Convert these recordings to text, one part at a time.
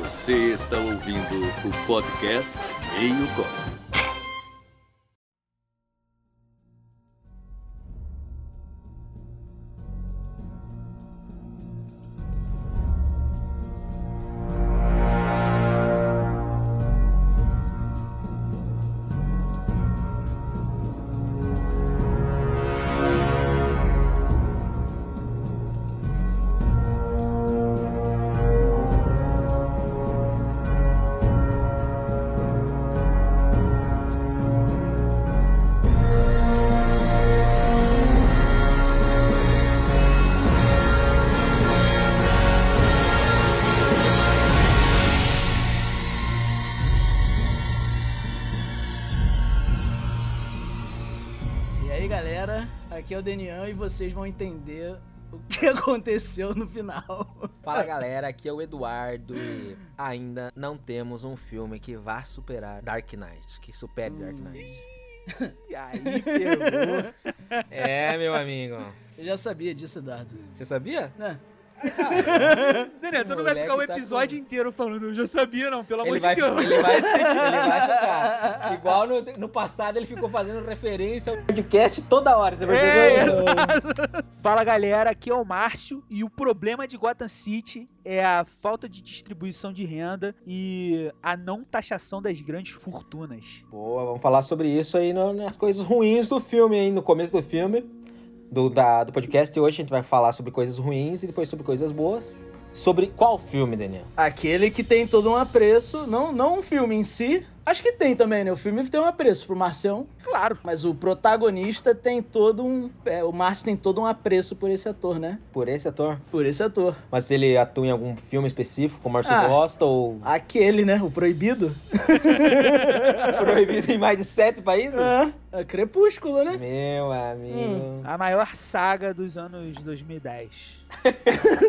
Você está ouvindo o podcast Meio Copo. E aí galera, aqui é o Denian e vocês vão entender o que aconteceu no final. Fala galera, aqui é o Eduardo e ainda não temos um filme que vá superar Dark Knight, que supere Dark Knight. E Hum. aí, pegou. É, meu amigo. Eu já sabia disso, Eduardo. Você sabia? Né? Daniel, tu não vai moleque ficar o tá episódio inteiro falando, eu já sabia, não, pelo amor Ele de vai, ele, Deus. vai, ele vai ficar. Igual no, no passado ele ficou fazendo referência ao podcast toda hora. Você vai É, fazer- Fala galera, aqui é o Márcio e o problema de Gotham City é a falta de distribuição de renda e a não taxação das grandes fortunas. Boa, vamos falar sobre isso aí no- nas coisas ruins do filme, aí no começo do filme, do, da- do podcast. E hoje a gente vai falar sobre coisas ruins e depois sobre coisas boas. Sobre qual filme, Daniel? Aquele que tem todo um apreço, não, não o filme em si. Acho que tem também, né? O filme tem um apreço pro Marcião, Claro, mas o protagonista tem todo um. é, o Márcio tem todo um apreço por esse ator, né? Por esse ator? Por esse ator. Mas se ele atua em algum filme específico, como Márcio Ah. gosta, ou Aquele, né? O proibido. Ah. proibido em mais de sete países? É, é crepúsculo, né? Meu amigo. a maior saga dos anos 2010.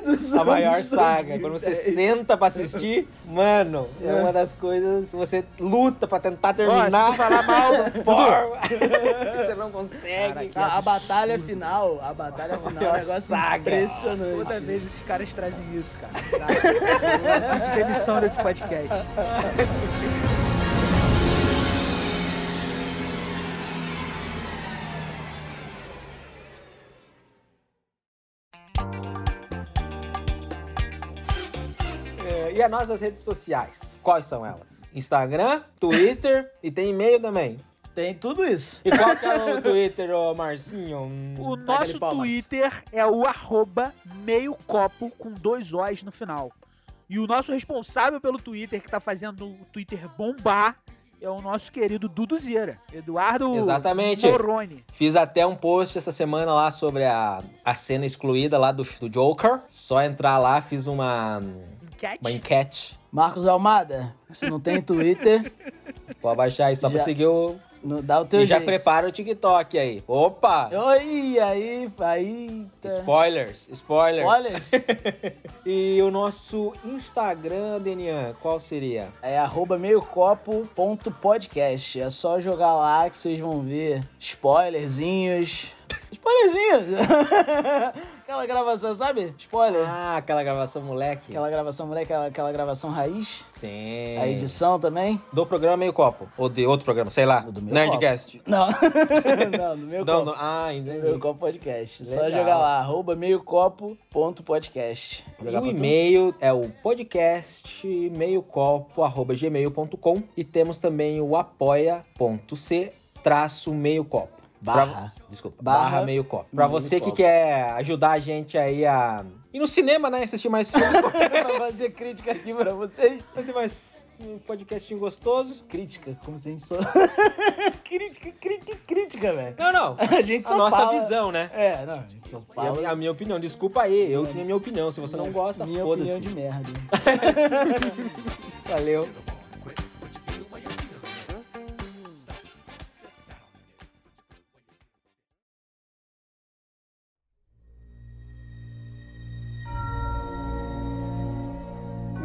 Dos A maior anos saga. Quando você 2010. senta pra assistir, mano, é uma das coisas que você luta pra tentar Ah. Ó, se terminar. tu falar mal, forma. você não consegue. Cara, que É. A, a absurdo. batalha final, a batalha final é um é maior negócio saga. é impressionante. toda vez esses caras trazem isso, cara. Tá? Eu pedi demissão desse podcast. É, E as nossas redes sociais? Quais são elas? Instagram, Twitter e tem e-mail também. Tem tudo isso. E qual que é o Twitter, ô Marcinho? Hum, O dá nosso aquele pau, Marcinho. Twitter é o arroba meio copo com dois O's no final. E o nosso responsável pelo Twitter, que tá fazendo o Twitter bombar, é o nosso querido Duduzeira, Eduardo Exatamente. Moroni. Fiz até um post essa semana lá sobre a, a cena excluída lá do, do Joker. Só entrar lá, fiz uma, Enquete? uma enquete. Marcos Almada, se não tem Twitter, Pode baixar aí só pra Já- seguir o. não dá o teu E já jeito. prepara o TikTok aí. Opa! Oi, aí, aí. tá. Spoilers, spoilers. Spoilers? E o nosso Instagram, Denian, qual seria? É arroba meiocopo.podcast. É só jogar lá que vocês vão ver spoilerzinhos. Spoilerzinhos! aquela gravação, sabe? Spoiler. Ah, aquela gravação moleque. Aquela gravação, moleque, aquela, aquela gravação raiz. Sim. A edição também. Do programa Meio Copo. Ou de outro programa, sei lá. O do Meio Nerdcast. Não, não, no meu Não, copo. não. Ah, ainda. No Meu copo podcast. Só Legal. jogar lá, arroba meiocopo.podcast. E o e-mail é o podcast meiocopo.gmail.com e temos também o apoia.c traço meio copo. Barra. Desculpa, barra, Barra meio copo. Pra meio você copo. que quer ajudar a gente aí a... E no cinema, né? Assistir mais filmes. pra fazer crítica aqui pra vocês. Fazer mais um podcastinho gostoso. Crítica, como se a gente só. crítica, crítica, crítica, velho. Não, não. A gente A só nossa fala- visão, né? É, não, a gente só E a, fala. minha- a minha opinião, desculpa aí, eu tinha minha opinião. Se você não gosta, minha opinião foda-se. de merda. Valeu.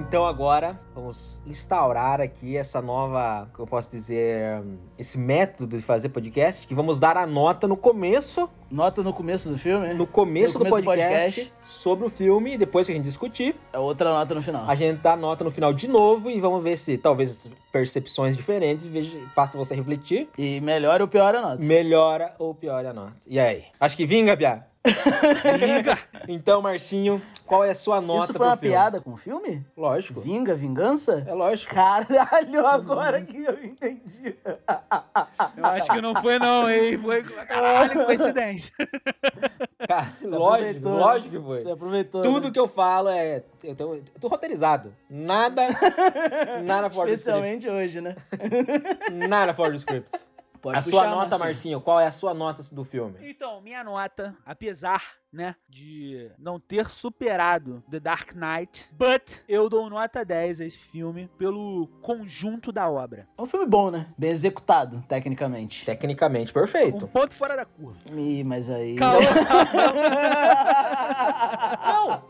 Então agora vamos instaurar aqui essa nova, que eu posso dizer, hum, esse método de fazer podcast, que vamos dar a nota no começo, Nota no começo do filme, no começo, No começo do, do podcast, sobre o filme, e depois que a gente discutir, é outra nota no final. a gente dá a nota no final de novo e vamos ver se talvez percepções diferentes veja- façam você refletir, E melhor ou pior a nota. melhora ou piora a nota. E aí? Acho que vinga, Bia. Vinga! Então, Marcinho, qual é a sua nota Isso pro foi uma filme? piada com o filme? Lógico. Vinga, vingança? É lógico. Uhum. Caralho, agora que eu entendi. Eu acho que não foi, não, hein? Foi caralho, coincidência. Cara, lógico, Aproveitou, né? lógico que foi. Você aproveitou. né? Tudo que eu falo é. Eu tô, eu tô roteirizado. Nada. Nada fora do script. Especialmente hoje, né? Nada fora do script. Pode A sua nota, Marcinho, qual é a sua nota do filme? Então, minha nota, apesar, né, de não ter superado The Dark Knight, but eu dou nota 10 a esse filme pelo conjunto da obra. É um filme bom, né? Bem executado, tecnicamente. Tecnicamente Um perfeito. ponto fora da curva. Ih, mas aí. Não!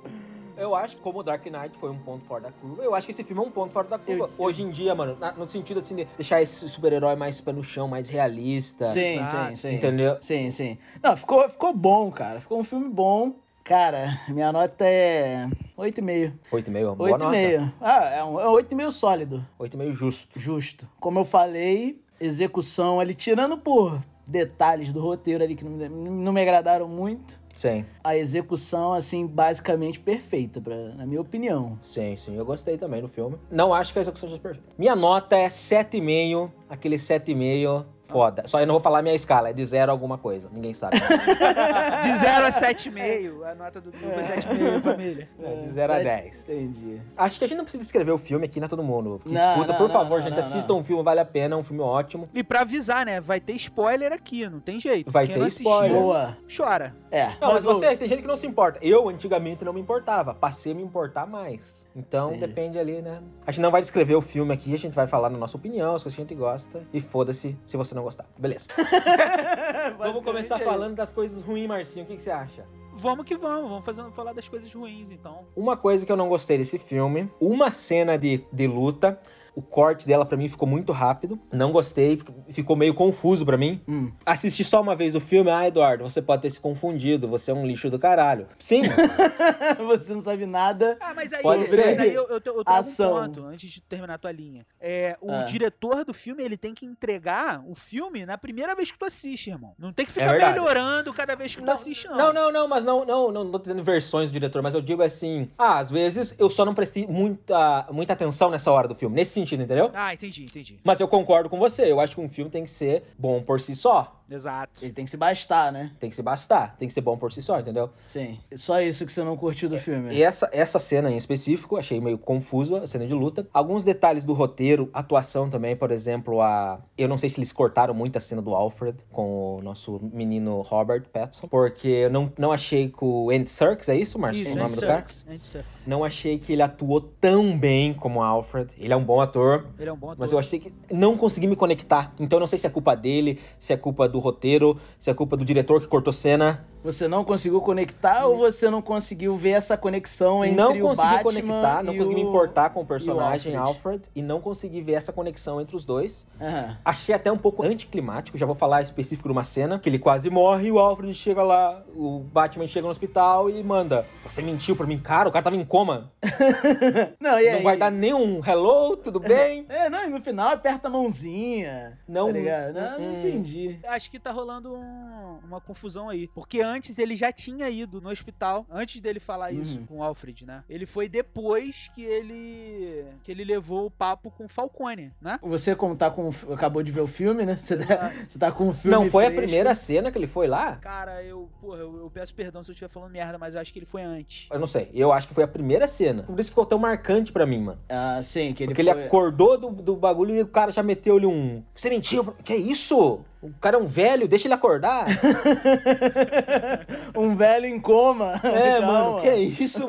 Eu acho que como o Dark Knight foi um ponto fora da curva, eu acho que esse filme é um ponto fora da curva. Hoje em dia, mano, na- no sentido assim de deixar esse super-herói mais pé no chão, mais realista. sim, Exato, sim, sim. Entendeu? Sim, sim. Não, ficou, ficou bom, cara. Ficou um filme bom. Cara, minha nota é 8,5. 8,5 é uma boa nota. 8,5. Ah, é um é 8,5 sólido. 8,5 justo. Justo. Como eu falei, execução ali, tirando por detalhes do roteiro ali que não me, não me agradaram muito. Sim, A execução, assim, basicamente perfeita, pra, na minha opinião. sim, sim. Eu gostei também do filme. Não acho que a execução seja perfeita. Minha nota é 7,5. Aquele 7,5 foda. Só eu não vou falar minha escala, é de zero alguma coisa. Ninguém sabe. De 0 a 7,5, É, a nota do filme foi 7,5, família. É, de 0 a Sete- 10. Entendi. Acho que a gente não precisa descrever o filme aqui, né? Todo mundo. Que Não, escuta, não, por não, favor, não, gente, não, assista não. um filme, vale a pena, é um filme ótimo. E pra avisar, né, vai ter spoiler aqui, não tem jeito. Vai Quem ter não assistiu, spoiler. Boa. Chora. É. Não, mas, o- você, tem gente que não se importa. Eu, antigamente, não me importava. Passei a me importar mais. Então, Entendi. depende ali, né? A gente não vai descrever o filme aqui, a gente vai falar na nossa opinião, as coisas que a gente gosta. E foda-se se você não gostar. Beleza. Vamos começar Basicamente é falando das coisas ruins, Marcinho. O que, que você acha? Vamos que vamos, vamos fazer, falar das coisas ruins, então. Uma coisa que eu não gostei desse filme, uma cena de, de luta. O corte dela pra mim ficou muito rápido. Não gostei, ficou meio confuso pra mim. Hum. Assisti só uma vez o filme, ah, Eduardo, você pode ter se confundido, você é um lixo do caralho. Sim, Você não sabe nada. Ah, mas aí, Pode mas ser. aí eu, eu, te- eu trago Ação. um ponto, antes de terminar a tua linha. É, o Ah. diretor do filme, ele tem que entregar o filme na primeira vez que tu assiste, irmão. Não tem que É ficar verdade. melhorando cada vez que tu Não, assiste, não. Não, não, não, mas não, não, não, não tô dizendo versões do diretor, mas eu digo assim, ah, às vezes eu só não prestei muita, muita atenção nessa hora do filme, nesse sentido, entendeu? Ah, entendi, entendi. Mas eu concordo com você, eu acho que um filme tem que ser bom por si só, é Exato. Ele tem que se bastar, né? tem que se bastar, tem que ser bom por si só, entendeu? Sim. É Só isso que você não curtiu do filme. É, E essa, essa cena em específico, achei meio confuso, a cena de luta. Alguns detalhes do roteiro, atuação também, por exemplo, a. Eu não sei se eles cortaram muito a cena do Alfred com o nosso menino Robert Pattinson, porque eu não, não achei que o Andy Serkis, é isso, Márcio? Isso, o nome do Andy cara? Serkis, Andy Serkis. Não achei que ele atuou tão bem como o Alfred. Ele é um bom ator, Ele é um bom ator. mas eu achei que não consegui me conectar. Então eu não sei se é culpa dele, se é culpa do roteiro, se é culpa do diretor que cortou cena. Você não conseguiu conectar ou você não conseguiu ver essa conexão entre Hum. não o consegui Batman conectar, não e consegui o... me importar com o personagem e o Alfred. Alfred. e não consegui ver essa conexão entre os dois. Aham. Achei até um pouco anticlimático, já vou falar específico de uma cena que ele quase morre e o Alfred chega lá, o Batman chega no hospital e manda: "Você mentiu pra mim, cara, o cara tava em coma. Não, e aí? Não vai dar nenhum hello, tudo bem?" É, não, e no final aperta a mãozinha. Não. Tá ligado? Não, Hum. não entendi. Acho que tá rolando um- uma confusão aí. Porque antes ele já tinha ido no hospital, antes dele falar isso Uhum. com o Alfred, né? Ele foi depois que ele que ele levou o papo com o Falcone, né? Você, como tá com. Acabou de ver o filme, né? Você tá, Exato. você tá com o filme. Não foi a fresco. primeira cena que ele foi lá? Cara, eu, porra, eu, eu peço perdão se eu estiver falando merda, mas eu acho que ele foi antes. Eu não sei. Eu acho que foi a primeira cena. Por isso ficou tão marcante pra mim, mano. Ah, sim, que ele Porque ele foi- acordou do, do bagulho e o cara já meteu-lhe um. Você mentiu? Que isso? O cara é um velho, deixa ele acordar. um velho em coma. É, Calma. mano, que isso,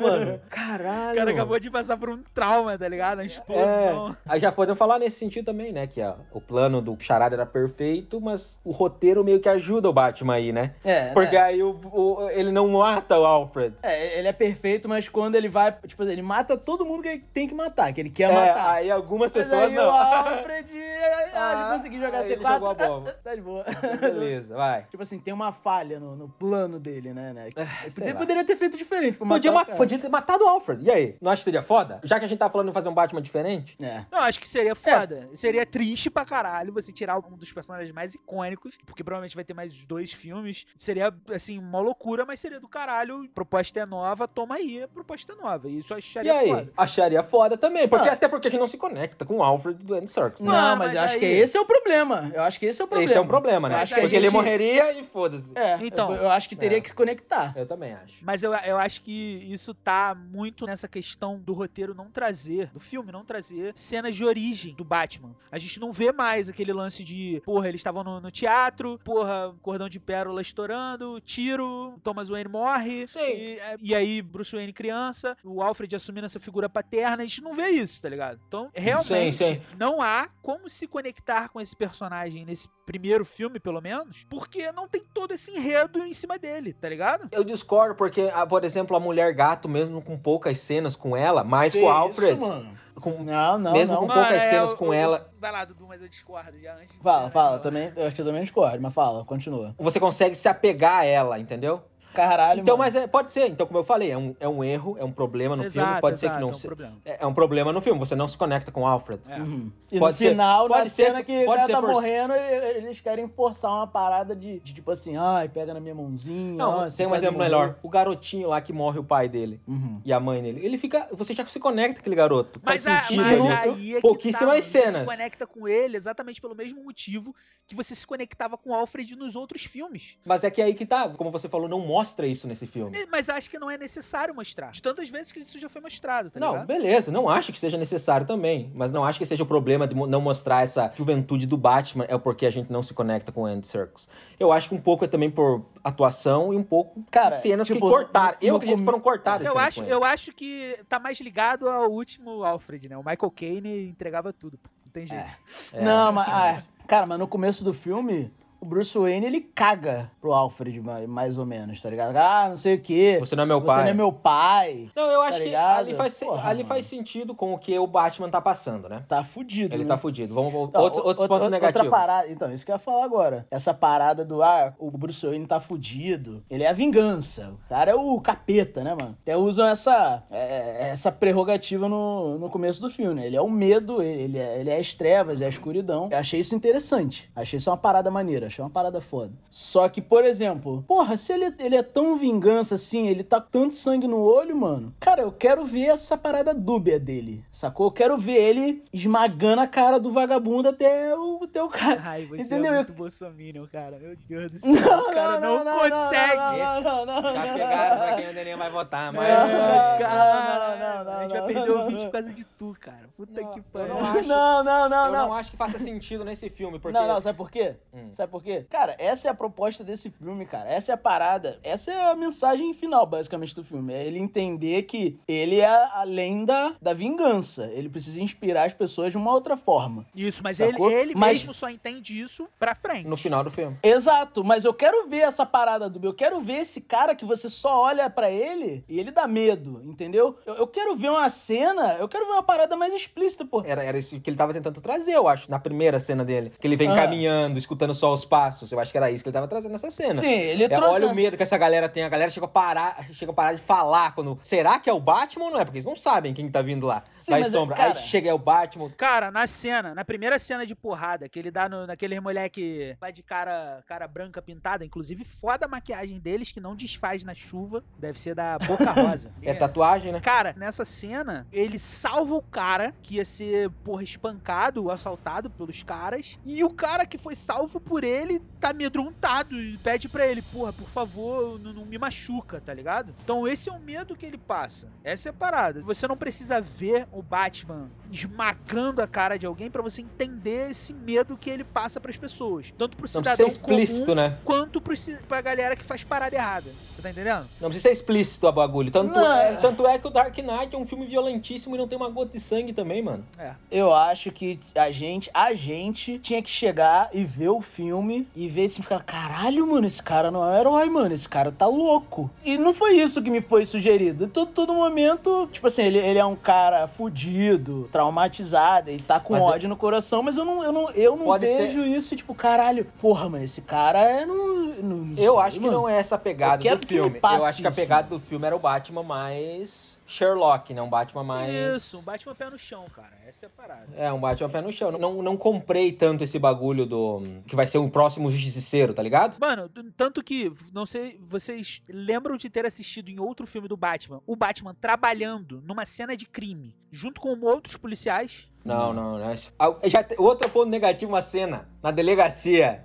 mano? Caralho. O cara acabou de passar por um trauma, tá ligado? Uma explosão. É, aí já podemos falar nesse sentido também, né? Que ó, o plano do Charada era perfeito, mas o roteiro meio que ajuda o Batman aí, né? É, Porque né? aí o- o- ele não mata o Alfred. É, ele é perfeito, mas quando ele vai, tipo, ele mata todo mundo que ele tem que matar, que ele quer É, matar. aí algumas Mas pessoas aí o não. Alfred, ah, Ah, ele conseguiu jogar aí ele C4. jogou a bomba. tá de boa. Beleza, vai. Tipo assim, tem uma falha no, no plano dele, né? né? Ele É, sei lá. poderia ter feito diferente. Tipo, Podia, matar ma- o cara. podia ter matado o Alfred. E aí? Não acha que seria foda? Já que a gente tá falando em fazer um Batman diferente? É. Não, acho que seria foda. Seria triste pra caralho você tirar um dos personagens mais icônicos, porque provavelmente vai ter mais dois filmes. Seria, assim, uma loucura, mas seria do caralho. Proposta é nova, toma aí, a proposta é nova. E isso E eu acharia aí? foda. Acharia foda também. Porque, Não. Até porque a gente não se conecta com o Alfred do Andy Serkis. Não, Né? Não, mas, mas eu acho que aí- esse é o problema. Eu acho que esse é o problema. Esse é um problema, né? Eu acho que a porque ele gente- morreria e foda-se. É, Então. então, eu, eu acho que teria É. que se conectar. Eu também acho. Mas eu, eu acho que isso tá muito nessa questão do roteiro não trazer, do filme não trazer cenas de origem do Batman. A gente não vê mais aquele lance de, porra, eles estavam no, no teatro, porra, cordão de pérola estourando, tiro, Thomas Wayne morre, Sim. e, é, e aí Bruce Wayne criança, o Alfred assumindo essa figura paterna, a gente não vê isso, tá ligado? Então, realmente, sim. não há como se conectar com esse personagem nesse primeiro filme, pelo menos, porque não tem todo esse enredo em cima dele, tá ligado? Eu discordo, porque, ah, por exemplo, a mulher gato, mesmo com poucas cenas com ela, mais Que com o Alfred. Isso, mano. com- Não, não, Mesmo não. com- poucas é, cenas eu- com eu- ela. Vai lá, Dudu, mas eu discordo já antes. de- Fala, fala, também, eu acho que eu também discordo, mas fala, continua. Você consegue se apegar a ela, entendeu? Caralho, então, mano. mas é- pode ser. Então, como eu falei, é um, é um erro, é um problema no Exato, filme. Pode ser exato, que não é um se- problema. É é um problema no filme, você não se conecta com o Alfred. É. Uhum. E Pode no ser- final, na pode ser- cena que o pode cara ser tá por- morrendo, e- eles querem forçar uma parada de, de tipo assim, ai, pega na minha mãozinha. Não, ó, você tem um faz exemplo morrer. melhor. O garotinho lá que morre o pai dele Uhum. e a mãe dele. Ele fica. Você já se conecta com aquele garoto. Mas, Faz a- sentido, mas né? aí é que tá, Pouquíssimas mano, Você se cenas. conecta com ele exatamente pelo mesmo motivo que você se conectava com o Alfred nos outros filmes. Mas é que aí que tá. Como você falou, não mostra isso nesse filme. E- Mas acho que não é necessário mostrar. De tantas vezes que isso já foi mostrado, tá não, ligado? beleza, não acho que seja necessário também, mas não acho que seja o problema de mo- não mostrar essa juventude do Batman é porque a gente não se conecta com o Andy Serkis. Eu acho que um pouco é também por atuação e um pouco Cara, de cenas tipo, que cortaram. no- Eu no acredito comi- que foram cortadas. Eu cenas acho, com ele. eu acho que tá mais ligado ao último Alfred, né? O Michael Caine entregava tudo, pô. Não tem jeito. É. Não, mas. ah, cara, mas no começo do filme, o Bruce Wayne ele caga pro Alfred, ma- mais ou menos, tá ligado? Ah, não sei o quê. Você não é meu Você pai. não é meu pai. Não, eu acho que Tá ligado? ali, faz, se- Porra, ali mano. faz sentido com o que o Batman tá passando, né? Tá fudido. Ele né? tá fudido. Vamos, vamos- Então, outros, o- outros outra- pontos negativos. Outra parada, então, isso que eu ia falar agora. Essa parada do, ah, o Bruce Wayne tá fudido. Ele é a vingança. O cara é o capeta, né, mano? Até usam essa, é, essa prerrogativa no, no começo do filme, né? Ele é o medo, ele é, ele é as trevas, é a escuridão. Eu achei isso interessante. Achei isso uma parada maneira, achei uma parada foda. Só que, por exemplo, porra, se ele, ele é tão vingança assim, ele tá com tanto sangue no olho, mano. Cara, eu quero ver essa parada dúbia dele, sacou? Eu quero ver ele esmagando a cara do vagabundo até o, até o cara. Ai, você Entendeu? é muito bolsominion, cara. Meu Deus do céu. o cara não, consegue. Não, não, não, não, Já não, pegaram pra quem o Daniel vai votar, mas. Ah, não, cara, não, não, não, a gente vai não, perder não, o vídeo não. por causa de tu, cara. Puta que pariu. não acho. Não, não, não, eu não. não acho que faça sentido nesse filme, porque. Não, não, sabe por quê? Hum. Sabe por quê? Cara, essa é a proposta desse filme, cara. Essa é a parada. Essa é a mensagem final, basicamente, do filme. É ele entender que ele é além da, da vingança. Ele precisa inspirar as pessoas de uma outra forma. Isso, mas ele, Sacou? ele Mas- mesmo só entende isso pra frente. No final do filme. Exato, mas eu quero ver essa parada do Eu quero ver esse cara que você só olha pra ele e ele dá medo, entendeu? Eu, eu quero ver uma cena, eu quero ver uma parada mais explícita, pô. Era, era isso que ele tava tentando trazer, eu acho, na primeira cena dele. Que ele vem Ah. caminhando, escutando só os passos. Eu acho que era isso que ele tava trazendo nessa cena. Sim, ele É, trouxe. olha o medo que essa galera tem. A galera chega a parar, chega a parar de falar quando. Será que é o Batman ou não é? Porque eles não sabem quem tá vindo lá. Sim, da mas, sombra. cara- Aí chega é o Batman. Cara, na cena, na primeira cena de porrada, que ele dá no, naquele moleque vai de cara, cara branca pintada, inclusive foda a maquiagem deles que não desfaz na chuva, deve ser da Boca Rosa. É tatuagem, né? Cara, nessa cena, ele salva o cara que ia ser, porra, espancado, assaltado pelos caras. E o cara que foi salvo por ele tá amedrontado e pede pra ele, porra, por favor, n- não me machuca, tá ligado? Então esse é o medo que ele passa. Essa é a parada. Você não precisa ver o Batman esmagando a cara de alguém pra você entender esse medo que ele passa pras pessoas. Tanto pro Não precisa cidadão Então, ser explícito, comum, né? quanto pro, ci- pra galera que faz parada errada. Você tá entendendo? Não precisa ser explícito a bagulho. Tanto Não. é, tanto é que o Dark Knight é um filme violentíssimo e não tem uma gota de sangue também, mano. É. Eu acho que a gente, a gente tinha que chegar e ver o filme e ver assim, ficar, caralho, mano, esse cara não é um herói, mano, esse cara tá louco. E não foi isso que me foi sugerido. Todo, todo momento, tipo assim, ele, ele é um cara fudido, traumatizado e tá com Mas eu- ódio no coração, mas eu não, eu não, eu não Pode vejo isso, tipo, caralho, porra, mano, esse cara é não, não, não Eu sei, acho que mano. não é essa a pegada Eu quero do que me filme. Eu passe acho que a isso. pegada do filme era o Batman mais Sherlock, né? Um Batman mais. Isso, bate uma pé no chão, cara. Essa é a parada. É, um Batman pé no chão. Não, não comprei tanto esse bagulho do. que vai ser o próximo justiceiro, tá ligado? Mano, t- tanto que, não sei, vocês lembram de ter assistido em outro filme do Batman, o Batman trabalhando numa cena de crime, junto com outros policiais? Não, não, não. Ah, Já te- Outro ponto negativo, uma cena. Na delegacia.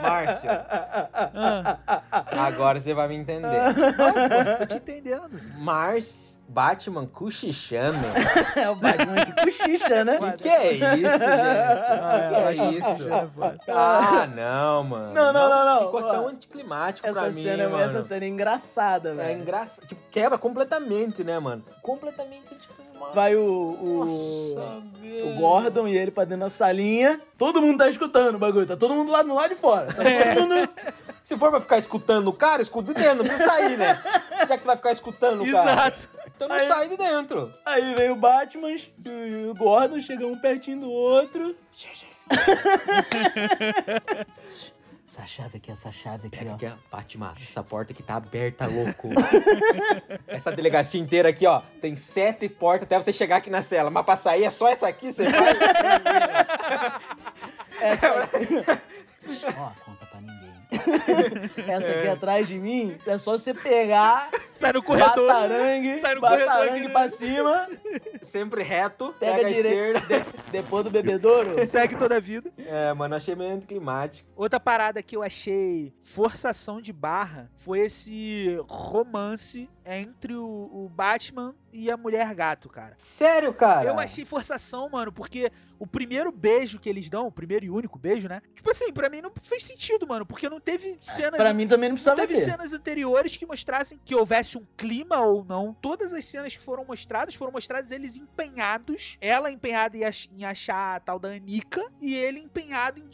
Márcio, Ah, agora você vai me entender. não, pô, tô te entendendo. Mars, Batman cochichando. É o Batman que cochicha, né? que que é isso, Ah, gente? é, Que que é isso? Batman cochichando, pô. Ah, não, mano. Tá. Não, não, não, não. Ficou tão Ó, anticlimático Essa, pra mim, cena, mano. essa cena é engraçada, É velho. engraçado. Tipo, quebra completamente, né, mano? Completamente. Tipo, mano, Vai o, o, nossa, o velho. Gordon e ele pra dentro da salinha. Todo mundo tá escutando o bagulho. Tá todo mundo lá no lado de fora. Tá todo mundo... Se for pra ficar escutando o cara, escuta de dentro, não precisa sair, né? Já que você vai ficar escutando o cara. Exato. Então não Aí- sai de dentro. Aí vem o Batman e o Gordon, chegam um pertinho do outro. essa chave aqui, essa chave aqui, ó. Batman, essa porta que tá aberta, louco. essa delegacia inteira aqui, ó, tem sete portas até você chegar aqui na cela. Mas pra sair é só essa aqui, você vai. Essa Ó, conta pra ninguém. Essa aqui atrás de mim, é só você pegar, Sai no corredor. batarangue, Sai no corredor aqui, batarangue né? pra cima, Sempre reto, Pega pega, a direito. esquerda. depois do bebedouro. Segue toda a vida. É, mano, achei meio anticlimático. Outra parada que eu achei forçação de barra foi esse romance entre o, o Batman e a mulher gato, cara. Sério, cara? Eu achei forçação, mano, porque o primeiro beijo que eles dão, o primeiro e único beijo, né? Tipo assim, pra mim não fez sentido, mano, porque não teve É, cenas. Pra mim também não não precisava teve ter. cenas anteriores que mostrassem que houvesse um clima ou não. Todas as cenas que foram mostradas foram mostradas eles empenhados. Ela empenhada em ach- em achar a tal da Anica e ele empenhado em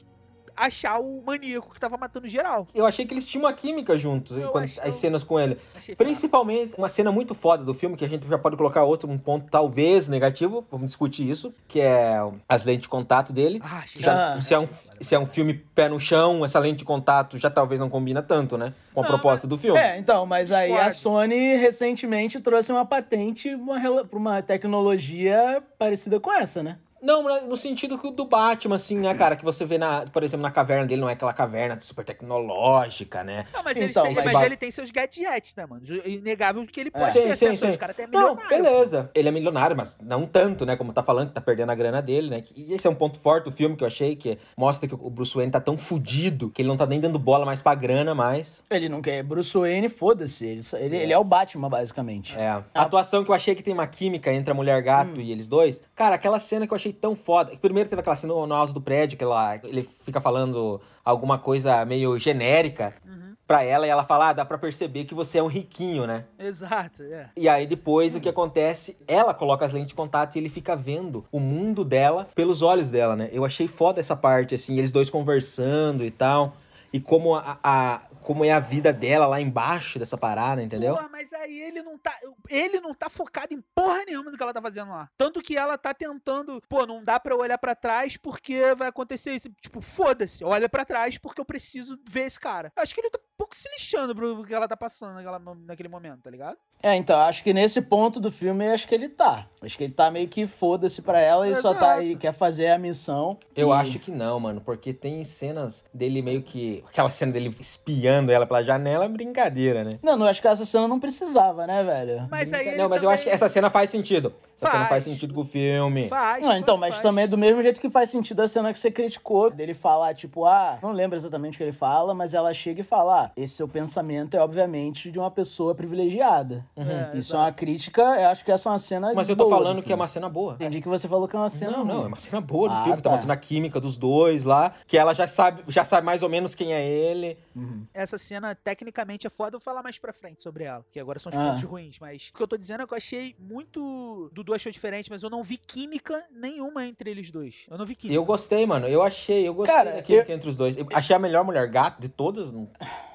achar o maníaco que tava matando geral. Eu achei que eles tinham uma química juntos, Eu quando- acho- é as cenas com ele. Achei fraco. Principalmente uma cena muito foda do filme, que a gente já pode colocar outro, um ponto talvez negativo, vamos discutir isso, que é as lentes de contato dele. Ah, achei Já- fraco. se, é um, se é um filme pé no chão, essa lente de contato já talvez não combina tanto, né? Com a proposta do filme. É, então, mas aí a Discordo. Sony recentemente trouxe uma patente uma rela- pra uma tecnologia parecida com essa, né? Não, mas no sentido que o do Batman, assim, né, cara? Que você vê, na, por exemplo, na caverna dele, não é aquela caverna super tecnológica, né? Não, mas, ele Então, tem- mas- mas ele tem seus gadgets, né, mano? É Inegável que ele pode Sim, ter sim, acesso a sim. isso. O cara até é Não, Tá, milionário. beleza. Ele é milionário, mas não tanto, né? Como tá falando, que tá perdendo a grana dele, né? E esse é um ponto forte do filme que eu achei, que mostra que o Bruce Wayne tá tão fudido que ele não tá nem dando bola mais pra grana mais. Ele não quer Bruce Wayne, foda-se. Ele, só- ele, ele é o Batman, basicamente. É. A atuação que eu achei que tem uma química entre a mulher gato e eles dois. Cara, aquela cena que eu achei tão foda. que Primeiro teve aquela cena no alto do prédio, que ela, ele fica falando alguma coisa meio genérica Uhum. pra ela e ela fala: ah, dá pra perceber que você é um riquinho, né? Exato, é. E aí depois o que acontece? Ela coloca as lentes de contato e ele fica vendo o mundo dela pelos olhos dela, né? Eu achei foda essa parte, assim, eles dois conversando e tal. E como a, a- como é a vida dela lá embaixo dessa parada, entendeu? Porra, mas aí ele não tá. Ele não tá focado em porra nenhuma do que ela tá fazendo lá. Tanto que ela tá tentando. Pô, não dá pra eu olhar pra trás porque vai acontecer isso. Tipo, foda-se, olha pra trás porque eu preciso ver esse cara. Acho que ele tá pouco se lixando pro que ela tá passando naquela- naquele momento, tá ligado? É, então, acho que nesse ponto do filme, acho que ele tá. Acho que ele tá meio que foda-se pra ela e só tá Exato. aí, quer fazer a missão. Eu E- acho que não, mano, porque tem cenas dele meio que. Aquela cena dele espiando ela pela janela é brincadeira, né? Não, não, acho que essa cena não precisava, né, velho? Mas aí. ele tá, não, mas eu acho que também essa cena faz sentido. Essa cena Faz. faz sentido com o filme. Faz. Não, então, claro que mas faz. também do mesmo jeito que faz sentido a cena que você criticou, dele falar, tipo, ah, não lembro exatamente o que ele fala, mas ela chega e fala, ah, esse seu pensamento é obviamente de uma pessoa privilegiada. Uhum. É, Isso é exato. uma crítica, eu acho que essa é uma cena. Mas eu tô boa do falando que é filme. uma cena boa. Entendi que você falou que é uma cena. Não, ruim. não, é uma cena boa do Ah, filme, tá. tá. mostrando a química dos dois lá, que ela já sabe, já sabe mais ou menos quem é ele. Uhum. Essa cena, tecnicamente, é foda. Eu vou falar mais pra frente sobre ela, que agora são os Ah. pontos ruins. Mas o que eu tô dizendo é que eu achei muito. Dudu achou diferente, mas eu não vi química nenhuma entre eles dois. Eu não vi química. Eu gostei, mano. Eu achei, eu gostei Cara, da química entre os dois. Eu achei a melhor mulher gato de todas. não-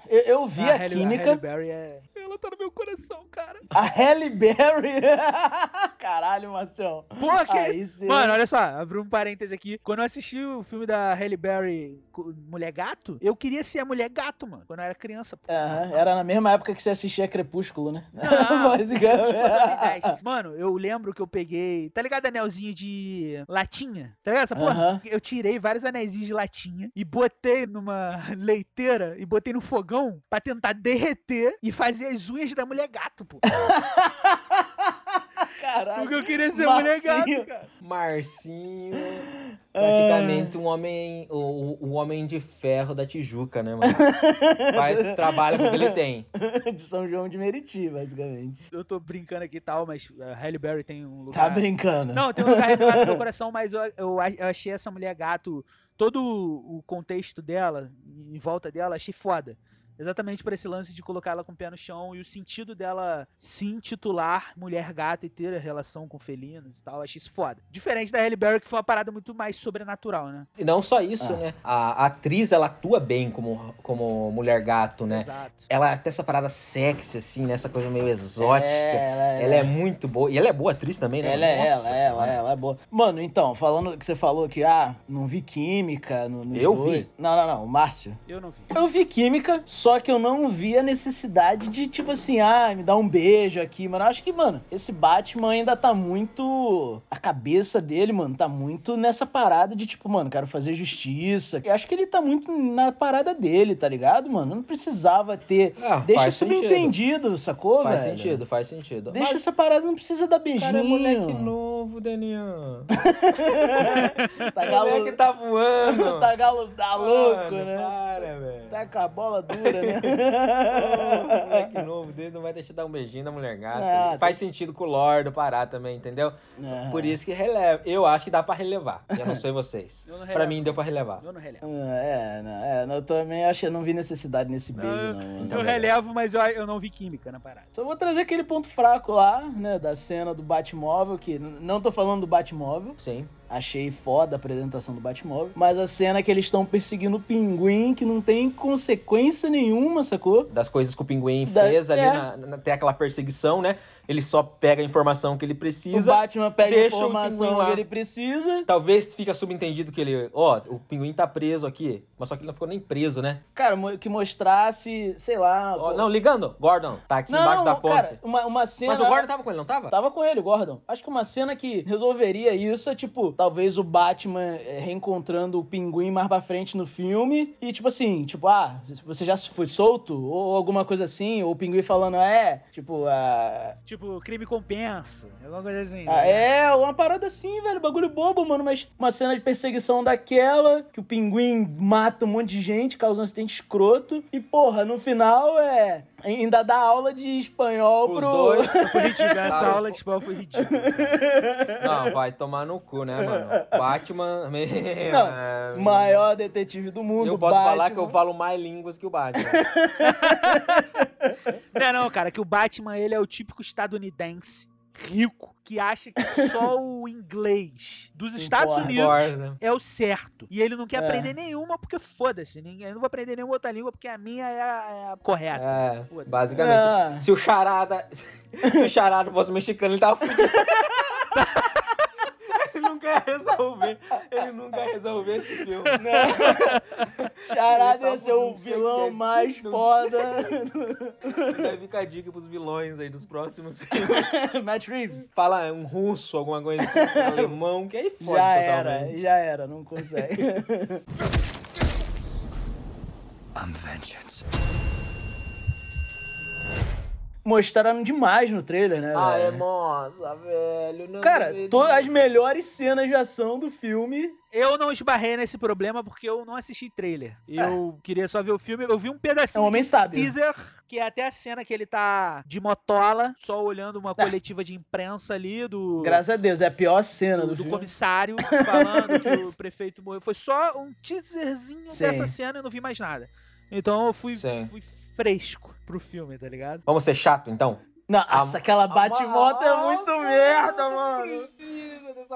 Eu, eu vi Ah, a, química. Berry é... Ela tá no meu coração, cara. A Halle Berry. Caralho, Marcelo. Porra, que Aí sim. Mano, olha só, abri um parêntese aqui. Quando eu assisti o filme da Halle Berry, co- Mulher Gato, eu queria ser a Mulher Gato, mano, quando eu era criança. Pô. Aham, era na mesma época que você assistia Crepúsculo, né? Não, é Basicamente. Isso foi 2010. Mano, eu lembro que eu peguei. Tá ligado anelzinho de latinha? Tá ligado essa porra? Aham. Eu tirei vários anezinhos de latinha e botei numa leiteira e botei no fogão pra tentar derreter e fazer as unhas da mulher gato, pô. Caralho. Porque eu queria ser Marcinho. mulher gato, cara. Marcinho, praticamente um homem, o, o homem de ferro da Tijuca, né, mano? Faz trabalho com o que ele tem. de São João de Meriti, basicamente. Eu tô brincando aqui e tal, mas a Halle Berry tem um lugar. Tá brincando. Não, tem um lugar reservado no meu coração, mas eu, eu, a- eu achei essa mulher gato, todo o contexto dela, em volta dela, achei foda. Exatamente por esse lance de colocar ela com o pé no chão e o sentido dela se intitular mulher gata e ter a relação com felinos e tal, achei isso foda. Diferente da Halle Berry, que foi uma parada muito mais sobrenatural, né? E não só isso, Ah. né? A, a atriz, ela atua bem como, como mulher gato, né? Exato. Ela tem essa parada sexy, assim, né? Essa coisa meio exótica. É, Ela é muito boa. E ela é boa atriz também, né? Ela é, Nossa ela, ela, Senhora. ela é boa. Mano, então, falando que você falou que, ah, não vi química no, nos Eu dois. vi. Não, não, não, o Márcio. Eu não vi. Eu vi química, só que eu não vi a necessidade de, tipo assim, ah, me dá um beijo aqui, mano. Eu acho que, mano, esse Batman ainda tá muito. A cabeça dele, mano, tá muito nessa parada de, tipo, mano, quero fazer justiça. Eu acho que ele tá muito na parada dele, tá ligado, mano? Não precisava ter. Ah, Deixa faz sentido. subentendido, sacou, Faz velho? sentido, faz sentido. Deixa Mas essa parada, não precisa dar beijinho. o cara é moleque novo, Daniel. Tá galo, moleque tá voando. tá galo, tá Mano, louco, né? Para, velho. Tá com a bola dura, né? Ô, moleque novo dele não vai deixar dar um beijinho na mulher gata. Ah, Faz sentido com o Lordo parar também, entendeu? É. Por isso que releva. Eu acho que dá pra relevar. Eu não sei vocês. Eu não Pra relevo. mim deu pra relevar. Eu não relevo. Ah, É, não, é, não, eu também acho, eu não vi necessidade nesse beijo, eu- não. mano. Então, eu beleza. relevo, mas eu, eu não vi química na parada. Só vou trazer aquele ponto fraco lá, né, da cena do Batmóvel, que n- não tô falando do Batmóvel, Sim. achei foda a apresentação do Batmóvel, mas a cena que eles estão perseguindo o pinguim, que não tem consequência nenhuma, sacou? Das coisas que o pinguim Da- fez ali, é. na, na- tem aquela perseguição, né? Ele só pega a informação que ele O precisa. Batman pega a deixa o pinguim informação lá. que ele precisa. Talvez fica subentendido que ele, ó, o pinguim tá preso aqui, mas só que ele não ficou nem preso, né? Cara, mo- que mostrasse, sei lá. Ó, co- não, ligando, Gordon, tá aqui Ah, não, embaixo não, da ponte. Cara, Tá uma, uma cena. mas o Gordon tá tava com ele, não tava? Tava com ele, o Gordon. Acho que uma cena que resolveria isso é, tipo, talvez o Batman é, reencontrando o pinguim mais pra frente no filme. E, tipo assim, tipo, ah, você já foi solto? Ou alguma coisa assim. Ou o pinguim falando, é, tipo, ah, Tipo, crime compensa. Alguma coisa assim. ah, né? é, uma parada assim, velho. Bagulho bobo, mano. Mas uma cena de perseguição daquela, que o pinguim mata um monte de gente, causa um acidente escroto. E, porra, no final é. Ainda dá aula de espanhol Os pro. dois. Foi ridículo, essa Claro. aula tipo, de pau foi ridícula. Não, vai tomar no cu, né, mano? Batman. Não, Maior detetive do mundo. né? Eu posso falar Batman. que eu falo mais línguas que o Batman. Não, não, cara, que o Batman, ele é o típico estadunidense rico que acha que só o inglês dos Estados Concordo. Unidos Concorda? é o certo. E ele não quer É. aprender nenhuma porque foda-se. ninguém- Eu não vou aprender nenhuma outra língua porque a minha é a, é a correta. É, Foda-se. basicamente. Ah. Se o Charada. Se o Charada fosse mexicano, ele tava fudido. ele não quer. resolver. Ele nunca vai resolver esse filme. Charada Ele tá ia ser um o bonito, vilão gente. mais Não- foda. Vai ficar a dica pros vilões aí dos próximos filmes. Matt Reeves. Fala um russo, alguma coisa assim, um alemão, que aí fode já totalmente. era, já era, não consegue. Mostraram demais no trailer, né? Ah, é velho? nossa, velho. não Cara, duvido. to- as melhores cenas de ação do filme. Eu não esbarrei nesse problema porque eu não assisti trailer. Eu queria só ver o filme. Eu vi um É um pedacinho homem de sábio. teaser, que é até a cena que ele tá de motola, só olhando É. uma coletiva de imprensa ali do. Graças a Deus, é a pior cena do, do, do filme. comissário falando que o prefeito morreu. Foi só um teaserzinho Sim. dessa cena e não vi mais nada. Então eu fui, Sim. fui fresco pro filme, tá ligado? Vamos ser chato, então? Nossa, aquela Batmoto é muito merda, mano.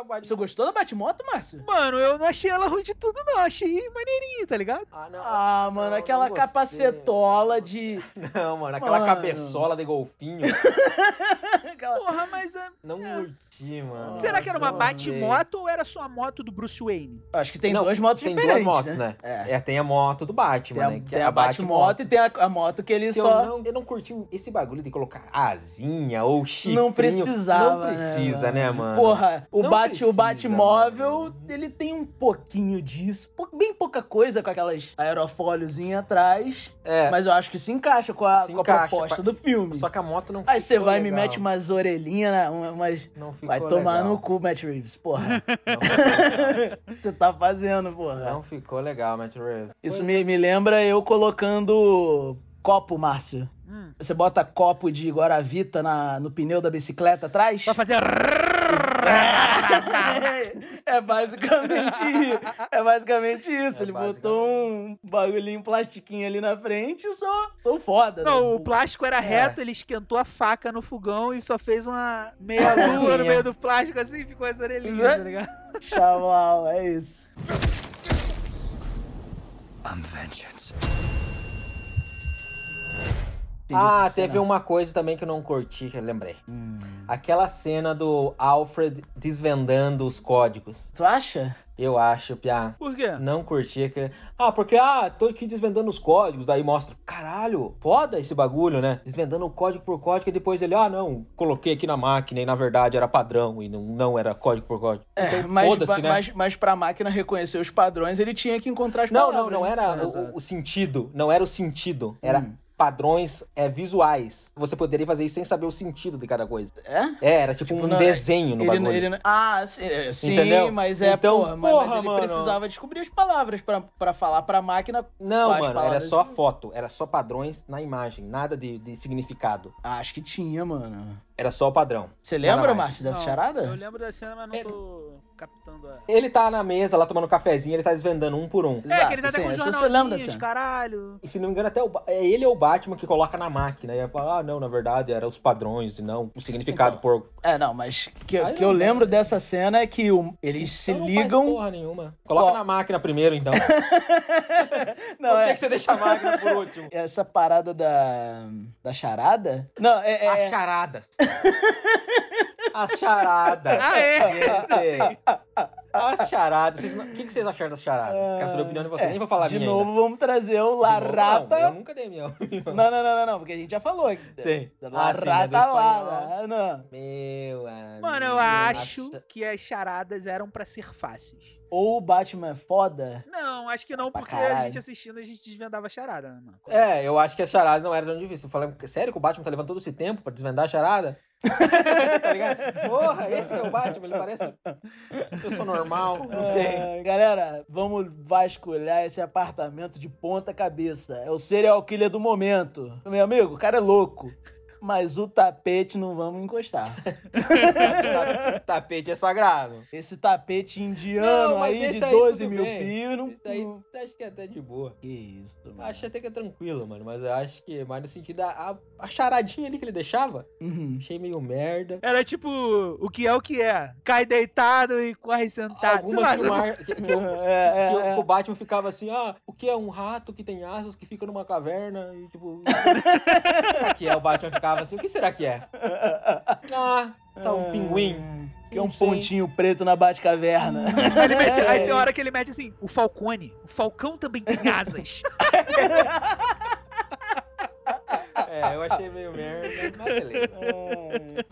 mano. Você gostou da Batmoto, Márcio? Mano, eu não achei ela ruim de tudo, não. Achei maneirinho, tá ligado? Ah, não. Ah, não, não mano, aquela gostei. capacetola de. Não, mano, aquela Mano. cabeçola de golfinho. aquela- Porra, mas. ah, Não curti, Ah, mano. será que era uma Não Batmoto ou era só a moto do Bruce Wayne? Acho que tem Não, duas motos tem duas diferentes. motos, né? É. É, tem a moto do Batman, Tem a, né? que tem é a Batmoto e tem a, a moto que ele Que só. eu, não, eu não curti esse bagulho de colocar asinha ou chifrinho. Não precisava. Não precisa, né, mano? Porra, o, Não Bat, precisa, o Batmóvel, mano. ele tem um pouquinho disso. pou- Bem pouca coisa com aquelas aerofóliozinhas atrás. É, Mas eu acho que se encaixa com a, Se com a encaixa, proposta pa- do filme. só que a moto não Aí você ficou vai e me legal. mete umas orelhinhas, né, uma- umas. Não ficou Vai tomar legal. no cu, Matt Reeves, porra. Não ficou legal. Você tá fazendo, porra. Não ficou legal, Matt Reeves. Isso me, me lembra eu colocando copo, Márcio. Hum. Você bota copo de Guaravita na, no pneu da bicicleta atrás? Pra fazer. É basicamente isso. É basicamente isso. É Ele basicamente. botou um bagulhinho, um plastiquinho ali na frente e só. Sou foda. Não, né? o plástico É. era reto, ele esquentou a faca no fogão e só fez uma meia-lua no é. meio do plástico assim e ficou as orelhinhas, tá ligado? Chavão, é isso. I'm Ah, teve uma coisa também que eu não curti, que eu lembrei. Hum. Aquela cena do Alfred desvendando os códigos. Tu acha? Eu acho, Piá. Por quê? Não curti aquele. Ah, porque, ah, tô aqui desvendando os códigos. Daí mostra, caralho, foda esse bagulho, né? Desvendando o código por código e depois ele, ah, não, coloquei aqui na máquina e na verdade era padrão e não, não era código por código. É, Então, mas, foda-se, né? mas, mas pra máquina reconhecer os padrões, ele tinha que encontrar as Não, não, palavras, não né? era Exato. o, o sentido. Não era o sentido. Era Hum. padrões é, visuais. Você poderia fazer isso sem saber o sentido de cada coisa. É? É, era tipo, Tipo, um não, desenho no Ele, bagulho. ele não- ah, sim, é, sim, Entendeu? mas é, Então, porra, mas- mas porra, ele mano. precisava descobrir as palavras pra, pra falar pra máquina. Não, Quais mano, palavras? era só foto, era só padrões na imagem, nada de, de significado. Ah, acho que tinha, mano. Era só o padrão. Você lembra, Nada mais. Márcio, dessa Não, charada? Eu lembro da cena, mas não tô captando a. Ele tá na mesa lá tomando um cafezinho, ele tá desvendando um por um. é, que ele tá até sim, essa assim, com eu lembro jornalzinhos, dessa. caralho. E se não me engano, até o, Ba- é ele ou o Batman que coloca na máquina. E aí fala, ah, não, na verdade, era os padrões e não o significado por. É, não, mas o que, Aí que eu não, lembro mano. dessa cena é que o- eles se Então não faz ligam. porra nenhuma. Coloca Ó. na máquina primeiro, então. Não, por que, é. que você deixa a máquina por último? Essa parada da. da charada? Não, é. é- As charadas. As charadas. Ah, é? Gente, As charadas. Vocês não- O que, que vocês acharam das charadas? Quero saber a opinião de vocês. É, Nem vou falar a De minha novo, ainda. vamos trazer o De La novo, Rata. Não, eu nunca dei minha opinião. Não, não, não, não, não, porque a gente já falou. Sim. Da La Ah, sim, é do Rata espanhol. lá, né? não. Meu amigo. Mano, eu acho que as charadas eram pra ser fáceis. Ou o Batman é foda. Não, acho que não, Pra porque a caralho. gente assistindo, a gente desvendava a charada, né, mano? É, eu acho que as charadas não eram tão difíceis. Eu falei, sério que o Batman tá levando todo esse tempo pra desvendar a charada? tá ligado? Porra, esse que é o Batman, ele parece uma pessoa normal, não É. sei. Ah, galera, vamos vasculhar esse apartamento de ponta cabeça. É o serial killer do momento. Meu amigo, o cara é louco. Mas o tapete não vamos encostar. Ta- tá Tapete é sagrado. Esse tapete indiano Não, mas aí de esse aí 12 tudo mil bem. fios não. Isso aí não- acho que é até de boa. Que isso, mano. Acho até que é tranquilo, mano. Mas eu acho que, é mais no sentido, a, a- a charadinha ali que ele deixava, Uhum. achei meio merda. Era tipo, o que é o que é? Cai deitado e corre sentado. Algumas que, Sei o lá, Mar- que- que É, o- que é, o- é. que o Batman ficava assim, ah, o que é um rato que tem asas que fica numa caverna e tipo. o é?" que será que é? O Batman ficava assim, o que será que é? Ah, tá um pinguim. Que é um Não sei. pontinho preto na Batcaverna. Ele mete- É. aí tem hora que ele mete assim, o Falcone, o Falcão também tem asas. É, eu achei meio merda, mas beleza. Hum, é.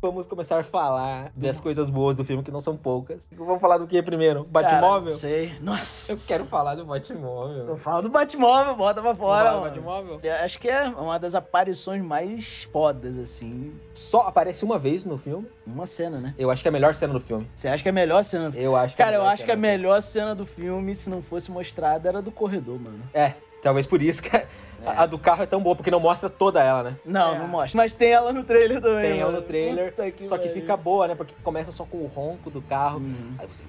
Vamos começar a falar das coisas boas do filme, que não são poucas. Vamos falar do que primeiro? Cara, Batmóvel? não sei. Nossa. eu quero falar do Batmóvel. Eu falo do Batmóvel, bota pra fora. Vamos falar do mano. Batmóvel? Eu acho que é uma das aparições mais fodas, assim. Só aparece uma vez no filme. Uma cena, né? Eu acho que é a melhor cena do filme. Você acha que é a melhor cena? Eu acho que é Cara, a eu melhor acho que cena a do filme. melhor cena do filme, se não fosse mostrada, era do corredor, mano. Talvez por isso que a, É. a do carro é tão boa, porque não mostra toda ela, né? Não, É. não mostra. Mas tem ela no trailer também. Tem ela mano. no trailer, Puta que só que pariu. fica boa, né? Porque começa só com o ronco do carro. Hum, Aí você.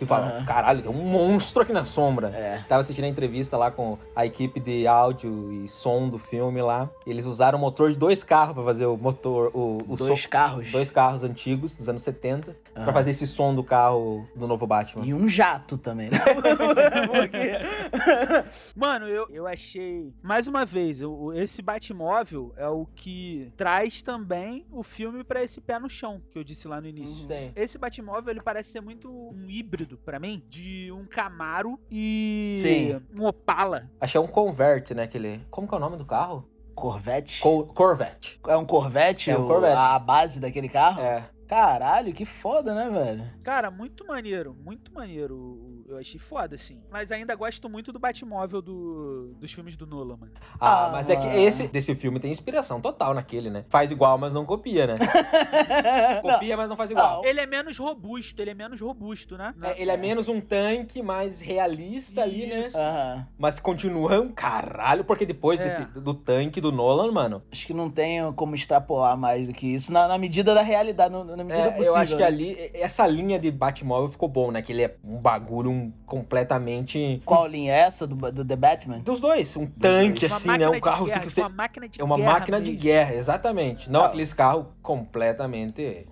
Tu fala, Aham. caralho, tem um monstro aqui na sombra. É. Tava assistindo a entrevista lá com a equipe de áudio e som do filme lá. Eles usaram o motor de dois carros pra fazer o motor, o, o Dois som- carros. dois carros antigos dos anos 70 Aham. pra fazer esse som do carro do novo Batman. E um jato também, né? Porque- Mano, eu, eu achei. Mais uma vez, o- o- esse Batmóvel é o que traz também o filme pra esse pé no chão, que eu disse lá no início. Sim. Esse Batmóvel, ele parece ser muito um híbrido pra mim, de um Camaro e Sim. um Opala. Achei um Convert, né? Aquele. Como que é o nome do carro? Corvette? Cor- Corvette. É um Corvette? É um o- Corvette. A base daquele carro? É. Caralho, que foda, né, velho? Cara, muito maneiro, muito maneiro. O- Eu achei foda, assim. Mas ainda gosto muito do Batmóvel do, dos filmes do Nolan, mano. Ah, Ah, mas é que mano. esse desse filme tem inspiração total naquele, né? Faz igual, mas não copia, né? Copia, mas não faz igual. Ele é menos robusto, ele é menos robusto, né? É, ele é menos um tanque, mais realista ali, né? Isso. Aham. Mas continua um caralho, porque depois É. desse, do tanque do Nolan, mano. Acho que não tem como extrapolar mais do que isso, na, na medida da realidade, no- na medida é, possível. eu acho que né? ali, essa linha de Batmóvel ficou bom, né? Que ele é um bagulho um, completamente. Qual linha é essa do, do The Batman? Dos dois. Um tanque, Uma assim, né? máquina Um de carro guerra, 5 Uma máquina de É uma guerra máquina de mesmo. guerra, exatamente. Não Ah. aqueles carros completamente.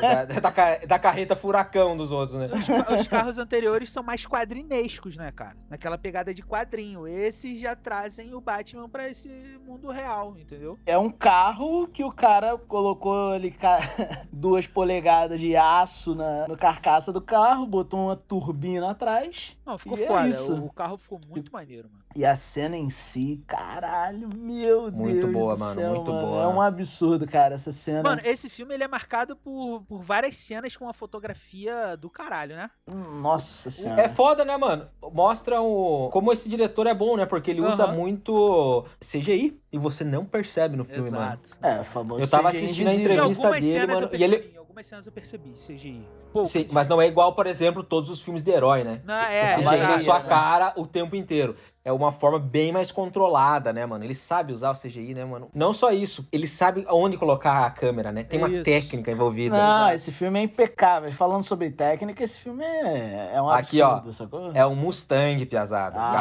da, da ca- da carreta furacão dos outros, né? Os, ca- os carros anteriores são mais quadrinescos, né, cara? Naquela pegada de quadrinho. Esses já trazem o Batman pra esse mundo real, entendeu? É um carro que o cara colocou ali ca- duas polegadas de aço na no carcaça do carro, botou uma turbina atrás. Não, ficou E é foda. isso. o, o carro ficou muito maneiro, mano. E a cena em si, caralho, meu Muito Deus. do boa, mano, céu, muito mano. boa. É um absurdo, cara, essa cena. Mano, esse filme ele é marcado por, por várias cenas com uma fotografia do caralho, né? Nossa senhora. É foda, né, mano? Mostra o... como esse diretor é bom, né? Porque ele usa Aham. muito CGI e você não percebe no filme, mano. É, o famoso Eu tava CGI assistindo a invisível. Em entrevista algumas dele, cenas mano, eu e ele- percebi, em algumas cenas eu percebi CGI. Poucas. Sim, mas não é igual, por exemplo, todos os filmes de herói, né? Não, Esse é, é CGI na verdade, sua né? cara o tempo inteiro. É uma forma bem mais controlada, né, mano? Ele sabe usar o CGI, né, mano? Não só isso, ele sabe onde colocar a câmera, né? Tem uma Isso. técnica envolvida. Não, esse filme é impecável. Falando sobre técnica, esse filme é, é um Aqui, ó. absurdo, sacou? É um Mustang, piazada. Ah.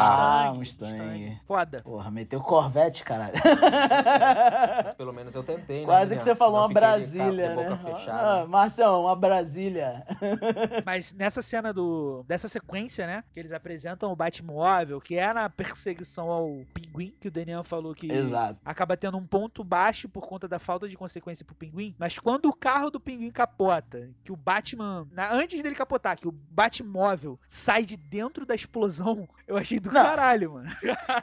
Carro. Mustang. Foda. Porra, meteu Corvette, caralho. Mas pelo menos eu tentei, né? Quase que Não- você falou não uma fiquei de ca- de Brasília, né? boca Ah, fechada. Marcião, uma Brasília. Mas nessa cena do. dessa sequência, né? Que eles apresentam o Batmóvel, que é na perseguição ao pinguim, que o Daniel falou que. Exato. Acaba tendo um ponto baixo por conta da falta de consequência pro pinguim. Mas quando o carro do pinguim capota, que o Batman. na- antes dele capotar, que o Batmóvel sai de dentro da explosão, eu achei do Não. caralho, mano.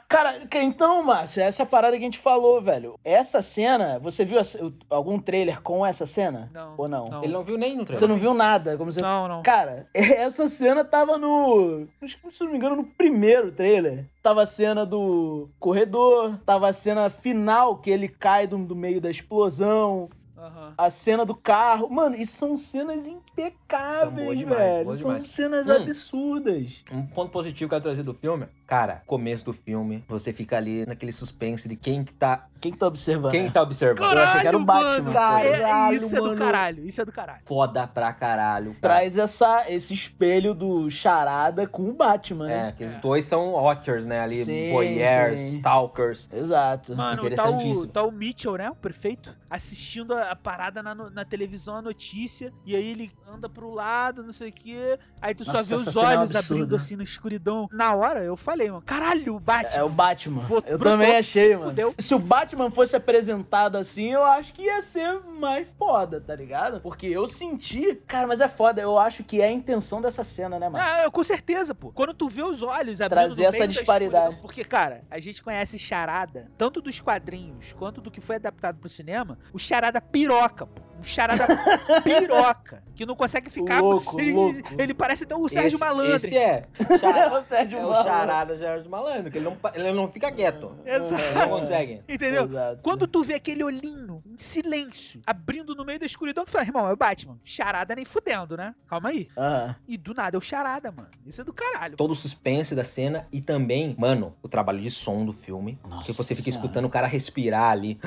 Cara, que- então, Márcio, essa é a parada que a gente falou, velho. Essa cena, você viu essa- o- algum trailer com essa cena? Não, Ou não? não. Ele não viu nem no Ah. Você trailer. não viu nada, como você... Não, não. Cara, essa cena tava no. acho que, Se eu não me engano, no primeiro trailer. Tava a cena do corredor, tava a cena final que ele cai do, do meio da explosão, Aham. a cena do carro. Mano, isso são cenas impecáveis, São boas é demais, velho. boas são demais. cenas Hum. absurdas. Um ponto positivo que eu trazer do filme, cara, começo do filme, você fica ali naquele suspense de quem que tá, Quem que tá observando? quem tá observando. achei que era Caralho, o Batman, mano! cara. é- isso é Caralho, do caralho, isso é do caralho. Foda pra caralho. cara. Traz essa, esse espelho do Charada com o Batman, É, né? que os É. dois são Watchers, né? Ali, Sim, voyeurs, sim. stalkers. Exato. Mano, tá o, Interessantíssimo. tá o Mitchell, né? O prefeito. assistindo a, a parada na, no- na televisão, a notícia, e aí ele anda pro lado, não sei o quê. Aí tu só Nossa, vê os essa cena é um olhos absurdo. abrindo assim na escuridão. Na hora eu falei, mano, caralho, o Batman. É o Batman. Bot- eu brotou, também achei, mano. fudeu. Se o Batman fosse apresentado assim, eu acho que ia ser mais foda, tá ligado? Porque eu senti. Cara, mas é foda. Eu acho que é a intenção dessa cena, né, mano? Ah, com certeza, pô. Quando tu vê os olhos abrindo Trazer no essa meio da disparidade. escuridão, porque, cara, a gente conhece charada, tanto dos quadrinhos quanto do que foi adaptado pro cinema, o charada piroca, pô. Um charada piroca, que não consegue ficar. pô. Louco, ele, louco. ele parece até o Sérgio Malandro. Esse é. Charada. o Sérgio É o Malandro. charada Sérgio Malandro, que ele não, pa- ele não fica quieto. Ele não Exato. consegue. é Entendeu? Exato. Quando tu vê aquele olhinho em silêncio, abrindo no meio da escuridão, tu fala, irmão, é o Batman. Charada nem fudendo, né? Calma aí. Aham. E do nada é o charada, mano. Isso é do caralho. Todo o suspense da cena e também, mano, o trabalho de som do filme. Nossa que você fica Senhora. escutando o cara respirar ali.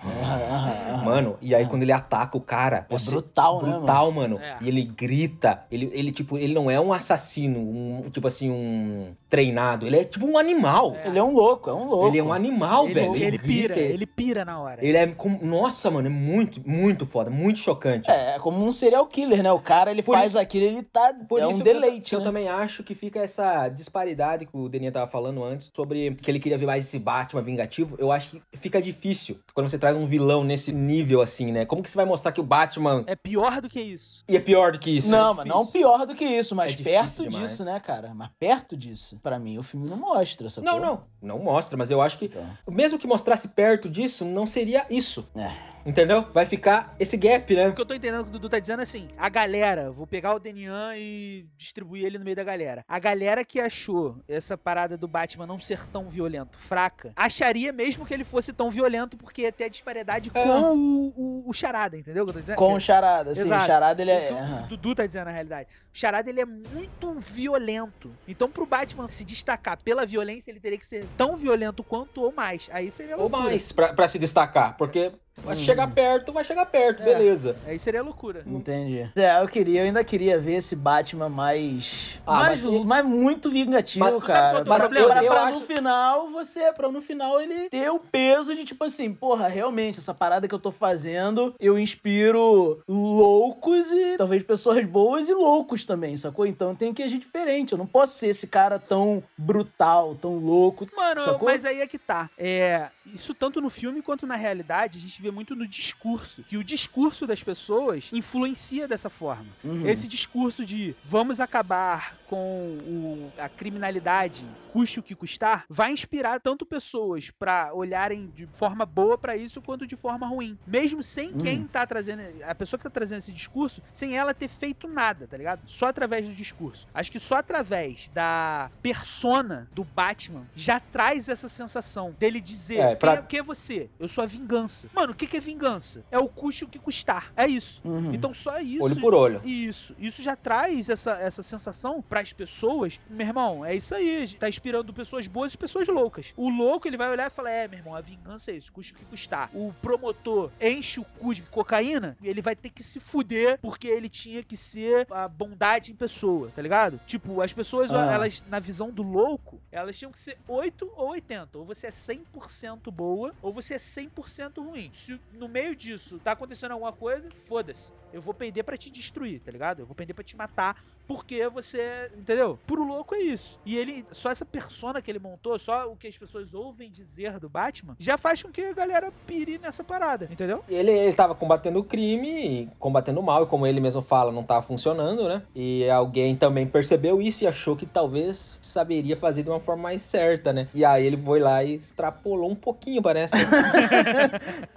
Aham, aham, aham. Mano, e aí Ah. quando ele ataca o cara, É você- brutal, né, mano? brutal, mano. É. E ele grita, ele, ele tipo, ele não é um assassino, um tipo assim, um treinado, ele é tipo um animal. É. Ele é um louco, é um louco. Ele é um animal, ele, velho. ele grita, pira, ele pira na hora. ele é com- nossa, mano, é muito, muito foda, muito chocante. É, é como um serial killer, né? O cara, ele Por faz isso- aquilo, ele tá. Por é isso um que eu- deleite. que eu, né? também acho que fica essa disparidade que o Deninha tava falando antes sobre que ele queria ver mais esse Batman vingativo. Eu acho que fica difícil quando você traz um vilão nesse nível assim, né? Como que você vai mostrar que o Batman É pior do que isso. e é pior do que isso? não, é mas difícil. não pior do que isso, mas É difícil perto demais. disso, né, cara? Mas perto disso. Pra mim, o filme não mostra, sacou? Não, não, não mostra, mas eu acho que Então, mesmo que mostrasse perto disso, não seria isso. É. Entendeu? Vai ficar esse gap, O né? que eu tô entendendo que o Dudu tá dizendo é assim: a galera, vou pegar o Denian e distribuir ele no meio da galera. A galera que achou essa parada do Batman não ser tão violento fraca, acharia mesmo que ele fosse tão violento porque ia ter a disparidade É. com o, o, o Charada, entendeu o que eu tô dizendo? com o Charada, assim, Exato. o Charada, ele O é. Então, que o aham. Dudu tá dizendo na realidade. O Charada ele é muito violento. Então, pro Batman se destacar pela violência, ele teria que ser tão violento quanto ou mais. Aí seria Ou loucura. mais, pra, pra se destacar. Porque vai Hum. chegar perto, vai chegar perto, É. beleza. Aí seria loucura. Entendi. É, eu queria, eu ainda queria ver esse Batman mais. Ah, mais, mas- mas muito vingativo, Mas- sabe cara. qual que é o Pra, problema? pra- Eu pra acho- no final você. Pra no final ele ter o peso de tipo assim, porra, realmente, essa parada que eu tô fazendo, eu inspiro loucos e talvez pessoas boas e loucos também, sacou? Então tem que agir diferente. Eu não posso ser esse cara tão brutal, tão louco. Mano, Sacou? mas aí é que tá. É, isso tanto no filme quanto na realidade, a gente vê muito no discurso. Que o discurso das pessoas influencia dessa forma. Uhum. Hum. Esse discurso de vamos acabar com o- a criminalidade, custe o que custar, vai inspirar tanto pessoas pra olharem de forma boa pra isso quanto de forma ruim. Mesmo sem Hum. quem tá trazendo, a pessoa que tá trazendo esse discurso, sem ela ter feito nada, tá ligado? Só através do discurso. Acho que só através da persona do Batman já traz essa sensação dele dizer: É, pra- quem, é, quem é você? Eu sou a vingança. Mano, o que, que é vingança? É o custe o que custar. É isso. Uhum. Então só isso. Hum. Olho por olho. Isso, isso já traz essa, essa sensação pras pessoas, meu irmão, é isso aí, tá inspirando pessoas boas e pessoas loucas. O louco, ele vai olhar e falar, é, meu irmão, a vingança é isso, custa o que custar. O promotor enche o cu de cocaína, ele vai ter que se fuder porque ele tinha que ser a bondade em pessoa, tá ligado? Tipo, as pessoas, Ah. elas, na visão do louco, elas tinham que ser 8 ou 80, ou você é 100% boa, ou você é 100% ruim. Se no meio disso tá acontecendo alguma coisa, foda-se. Eu vou pender pra te destruir, tá ligado? Eu vou pender pra te matar, porque você. Entendeu? Pro louco é isso. E ele. Só essa persona que ele montou, só o que as pessoas ouvem dizer do Batman, já faz com que a galera pire nessa parada, entendeu? Ele, ele tava combatendo o crime, e combatendo o mal, e como ele mesmo fala, não tava funcionando, né? E alguém também percebeu isso e achou que talvez saberia fazer de uma forma mais certa, né? E aí ele foi lá e extrapolou um pouquinho, parece.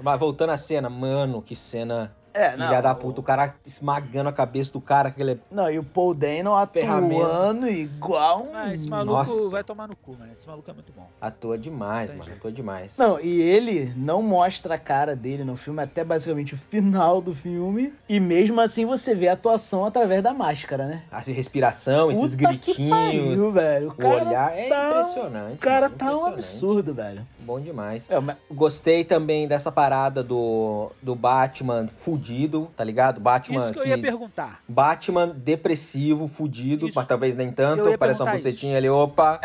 Mas voltando à cena, mano, que cena É, filha da puta, o cara esmagando a cabeça do cara, é- aquele Não, e o Paul Dano atuando Ferramenta. igual um... Ah, esse maluco Nossa. vai tomar no cu, mano. Esse maluco é muito bom. atua demais, Tem mano, jeito. atua demais. Não, e ele não mostra a cara dele no filme até basicamente o final do filme. E mesmo assim você vê a atuação através da máscara, né? A respiração, esses Puta que gritinhos, pariu, velho. O o cara, olhar, é tá- impressionante. o cara mano, tá um impressionante. absurdo, velho. Bom demais. É, mas- Gostei também dessa parada do, do Batman fudido, tá ligado? Batman Isso que eu ia que- perguntar. Batman depressivo, fudido, Isso. mas talvez nem Eu tanto. ia Parece uma perguntar isso. bucetinha ali, opa.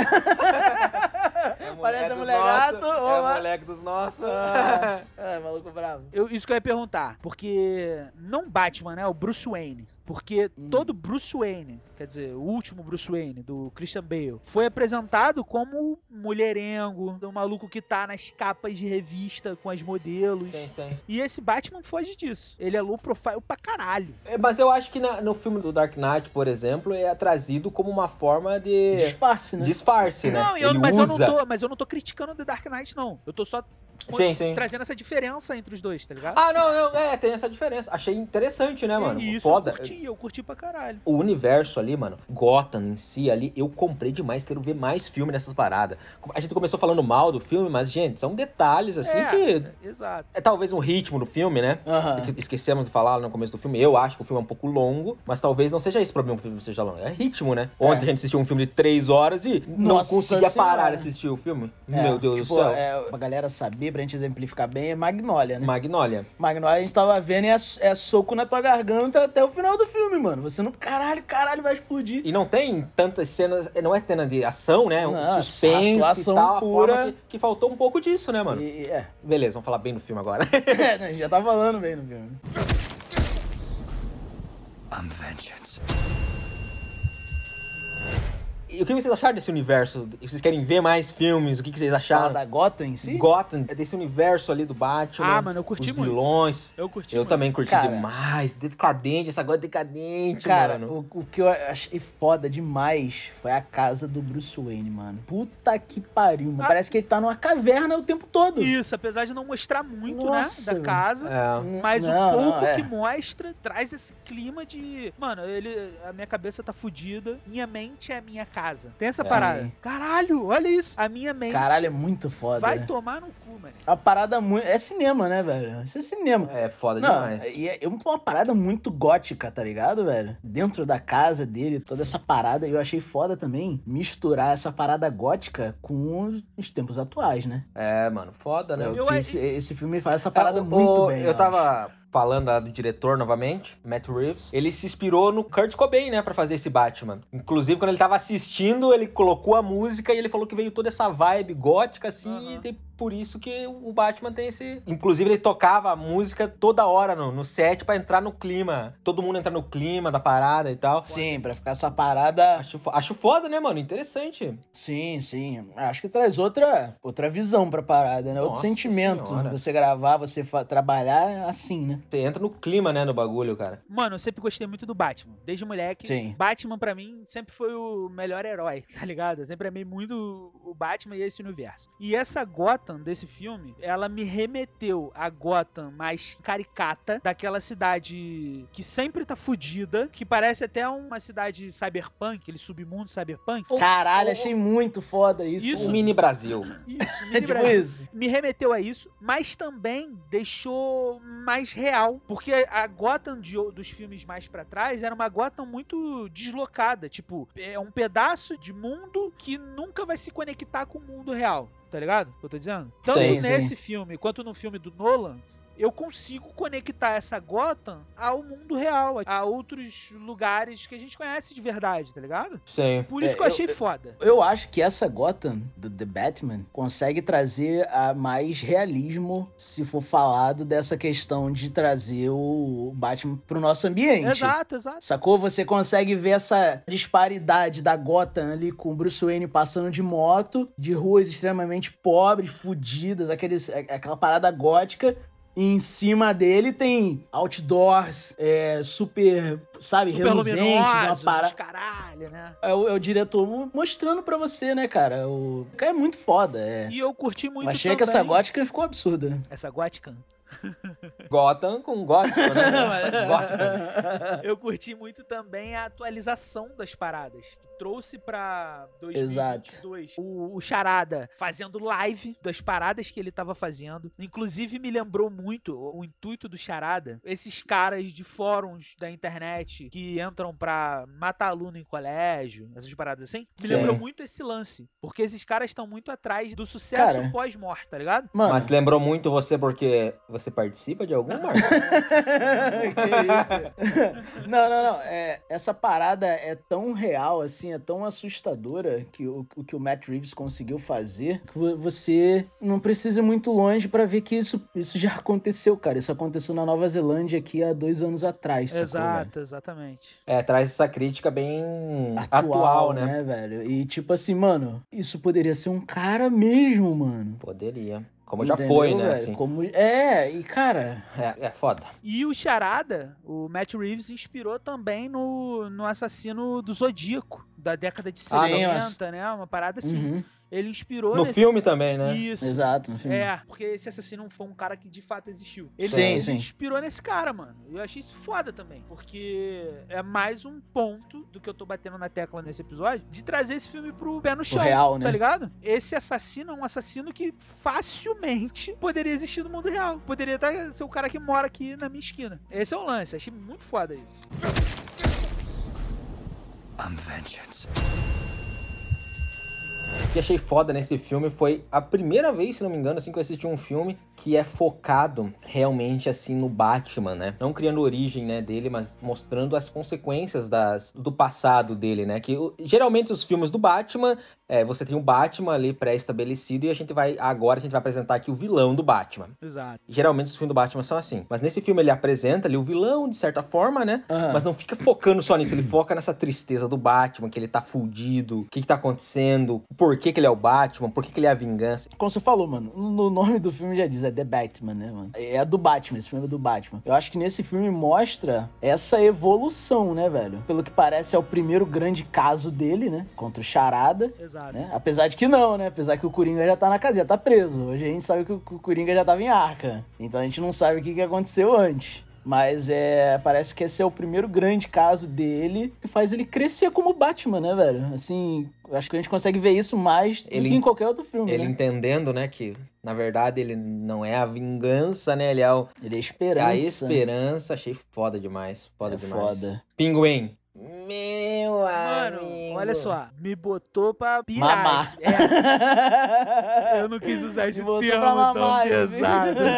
Parece a dos mulher nossos, gato, É ô, o moleque dos nossos. Ah, é, maluco bravo. Eu- isso que eu ia perguntar, porque não Batman, né? O Bruce Wayne. Porque Uhum. todo Bruce Wayne, quer dizer, o último Bruce Wayne, do Christian Bale, foi apresentado como um mulherengo, um maluco que tá nas capas de revista com as modelos. Sim, sim. E esse Batman foge disso. Ele é low profile pra caralho. É, Mas eu acho que na- no filme do Dark Knight, por exemplo, é trazido como uma forma de Disfarce, né? disfarce, né? Não, eu- Ele mas, usa. eu não tô, mas eu não tô criticando The Dark Knight, não. Eu tô só Sim, sim. trazendo essa diferença entre os dois, tá ligado? Ah, não, não, é, tem essa diferença. Achei interessante, né, mano? É, E isso Foda. eu curti, eu curti pra caralho. O universo ali, mano, Gotham em si ali, eu comprei demais, quero ver mais filme nessas paradas. A gente começou falando mal do filme, mas, gente, são detalhes, assim, É. que Exato. é talvez um ritmo do filme, né? Aham. Que esquecemos de falar no começo do filme. Eu acho que o filme é um pouco longo, mas talvez não seja esse o problema que o filme seja longo. É ritmo, né? Ontem É. a gente assistiu um filme de três horas e não Nossa conseguia parar Senhora. de assistir o filme. É, Meu Deus tipo, do céu. É, pra galera saber, pra gente exemplificar bem, é Magnolia, né? Magnolia. Magnolia a gente tava vendo e é, é soco na tua garganta até o final do filme, mano. Você não. Caralho, caralho, vai explodir. E não tem tantas cenas, não é cena de ação, né? Um Não, suspense atuação e tal, a pura. forma que, que faltou um pouco disso, né, mano? E- é. Beleza, vamos falar bem do filme agora. a gente já tá falando bem no filme. e o que vocês acharam desse universo? Vocês querem ver mais filmes? O que, que vocês Fala acharam? da Gotham em si? Gotham, é desse universo ali do Batman. Ah, mano, eu curti os muito. vilões. Eu curti. Eu muito. também curti Cara. demais. Decadente, essa agora é decadente, Cara, mano. o, o que eu achei foda demais foi a casa do Bruce Wayne, mano. Puta que pariu, mano. Ah. Parece que ele tá numa caverna o tempo todo. Isso, apesar de não mostrar muito, Nossa, né? Da casa. É. N- Mas não, o pouco não, é. que mostra traz esse clima de. Mano, ele. A minha cabeça tá fudida. Minha mente é a minha casa. Tem essa É. parada. Caralho, olha isso. A minha mente. Caralho, é muito foda. vai né? tomar no cu, mano. A parada muito. É cinema, né, velho? Isso é cinema. É foda Não, demais. e é é uma parada muito gótica, tá ligado, velho? Dentro da casa dele, toda essa parada, eu achei foda também misturar essa parada gótica com os- os tempos atuais, né? É, mano, foda, né? É o Eu- que esse, esse filme faz essa parada É, o- muito o- bem. Eu acho. tava falando ah, do diretor novamente, Matt Reeves. Ele se inspirou no Kurt Cobain, né, pra fazer esse Batman. Inclusive, quando ele tava assistindo, ele colocou a música e ele falou que veio toda essa vibe gótica, assim, Aham. e tem- por isso que o Batman tem esse... Inclusive, ele tocava a música toda hora no, no set pra entrar no clima. Todo mundo entrar no clima da parada e tal. Sim, pra ficar essa parada. Acho, fo- acho foda, né, mano? Interessante. Sim, sim. Acho que traz outra, outra visão pra parada, né? Outro Nossa sentimento. Senhora. Você gravar, você fa- trabalhar assim, né? Você entra no clima, né, no bagulho, cara. Mano, eu sempre gostei muito do Batman. Desde moleque. Sim. Batman, pra mim, sempre foi o melhor herói, tá ligado? Eu sempre amei muito o Batman e esse universo. E essa Gotham desse filme, ela me remeteu à Gotham mais caricata, daquela cidade que sempre tá fudida, que parece até uma cidade cyberpunk, aquele submundo cyberpunk. Caralho, ou- achei muito foda isso. Isso. O Um mini Brasil. Isso, É mini tipo Brasil. isso. me remeteu a isso, mas também deixou mais real, porque a Gotham de o- dos filmes mais pra trás era uma Gotham muito deslocada, tipo, é um pedaço de mundo que nunca vai se conectar com o mundo real, tá ligado? O que eu tô dizendo? Tanto Sim, sim. nesse filme quanto no filme do Nolan, eu consigo conectar essa Gotham ao mundo real, a outros lugares que a gente conhece de verdade, tá ligado? Sim. Por isso É, que eu eu- achei foda. Eu acho que essa Gotham do The Batman consegue trazer a mais realismo se for falado dessa questão de trazer o Batman pro nosso ambiente. Exato, exato. Sacou? Você consegue ver essa disparidade da Gotham ali com o Bruce Wayne passando de moto, de ruas extremamente pobres, fudidas, aqueles, a- aquela parada gótica. E em cima dele tem outdoors, é, super, sabe, Super reluzentes, uma luminosos, parada. os caralho, né? É o, é o diretor mo- mostrando pra você, né, cara? O o cara é muito foda, é. E eu curti muito Achei também. que essa gótica ficou absurda. né? Essa Gothican. Gotham com gótico, né? Gótico. Eu curti muito também a atualização das paradas. Que trouxe pra 2022 Exato. o, o Charada fazendo live das paradas que ele tava fazendo. Inclusive, me lembrou muito o, o intuito do Charada. Esses caras de fóruns da internet que entram pra matar aluno em colégio, essas paradas assim. Me Sim. lembrou muito esse lance. Porque esses caras estão muito atrás do sucesso Cara. pós-morte, tá ligado? Mano, Mas lembrou muito você porque Você participa de algum, Marcos? Que isso? não, não, não. É, essa parada é tão real, assim, é tão assustadora que o, o que o Matt Reeves conseguiu fazer que vo- você não precisa ir muito longe pra ver que isso, isso já aconteceu, cara. Isso aconteceu na Nova Zelândia aqui há dois anos atrás. sacou, velho? Exato, exatamente. É, traz essa crítica bem atual, né? velho? E tipo assim, mano, isso poderia ser um cara mesmo, mano. Poderia. Como já foi, Entendeu, né? velho? Assim. Como... É, e cara, É, é foda. E o Charada, o Matt Reeves, inspirou também no, no assassino do Zodíaco, da década de Ah, 70, não. né? Uma parada assim. uhum, Ele inspirou No nesse... filme também, né? Isso. exato. enfim. É, porque esse assassino foi um cara que de fato existiu. Ele, Sim, ele sim. inspirou nesse cara, mano. Eu achei isso foda também. Porque é mais um ponto do que eu tô batendo na tecla nesse episódio de trazer esse filme pro pé no chão. real, tá né? ligado? Esse assassino é um assassino que facilmente poderia existir no mundo real. Poderia tá, ser o cara que mora aqui na minha esquina. Esse é o lance. Achei muito foda isso. O que achei foda nesse filme foi a primeira vez, se não me engano, assim, que eu assisti um filme que é focado realmente, assim, no Batman, né? Não criando origem, né, dele, mas mostrando as consequências das, do passado dele, né? Que o- geralmente os filmes do Batman, é, você tem o Batman ali pré-estabelecido e a gente vai, agora a gente vai apresentar aqui o vilão do Batman. Exato. Geralmente os filmes do Batman são assim. Mas nesse filme ele apresenta ali o vilão, de certa forma, né? Aham. Mas não fica focando só nisso, ele Uhum. foca nessa tristeza do Batman, que ele tá fudido, o que, que tá acontecendo, por que, que ele é o Batman, por que, que ele é a vingança. Como você falou, mano, no nome do filme já diz, é The Batman, né, mano? É a do Batman, esse filme é do Batman. Eu acho que nesse filme mostra essa evolução, né, velho? Pelo que parece, é o primeiro grande caso dele, né? Contra o Charada. Exato. Né? Apesar de que não, né? Apesar que o Coringa já tá na cadeia, tá preso. Hoje a gente sabe que o o Coringa já tava em arca. Então a gente não sabe o que, que aconteceu antes. Mas é. Parece que esse é o primeiro grande caso dele que faz ele crescer como Batman, né, velho? Assim, eu acho que a gente consegue ver isso mais Ele- do que em qualquer outro Uhum. filme. Ele né? entendendo, né, que na verdade ele não é a vingança, né, ele é, o- Ele é é esperança. a esperança. Achei foda demais, foda É demais. foda. Pinguim. Meu Mano, amigo. olha só, me botou pra pirar. Mamar. esse- É, eu não quis usar esse Me botou termo pra tão mamar, pesado. inclusive.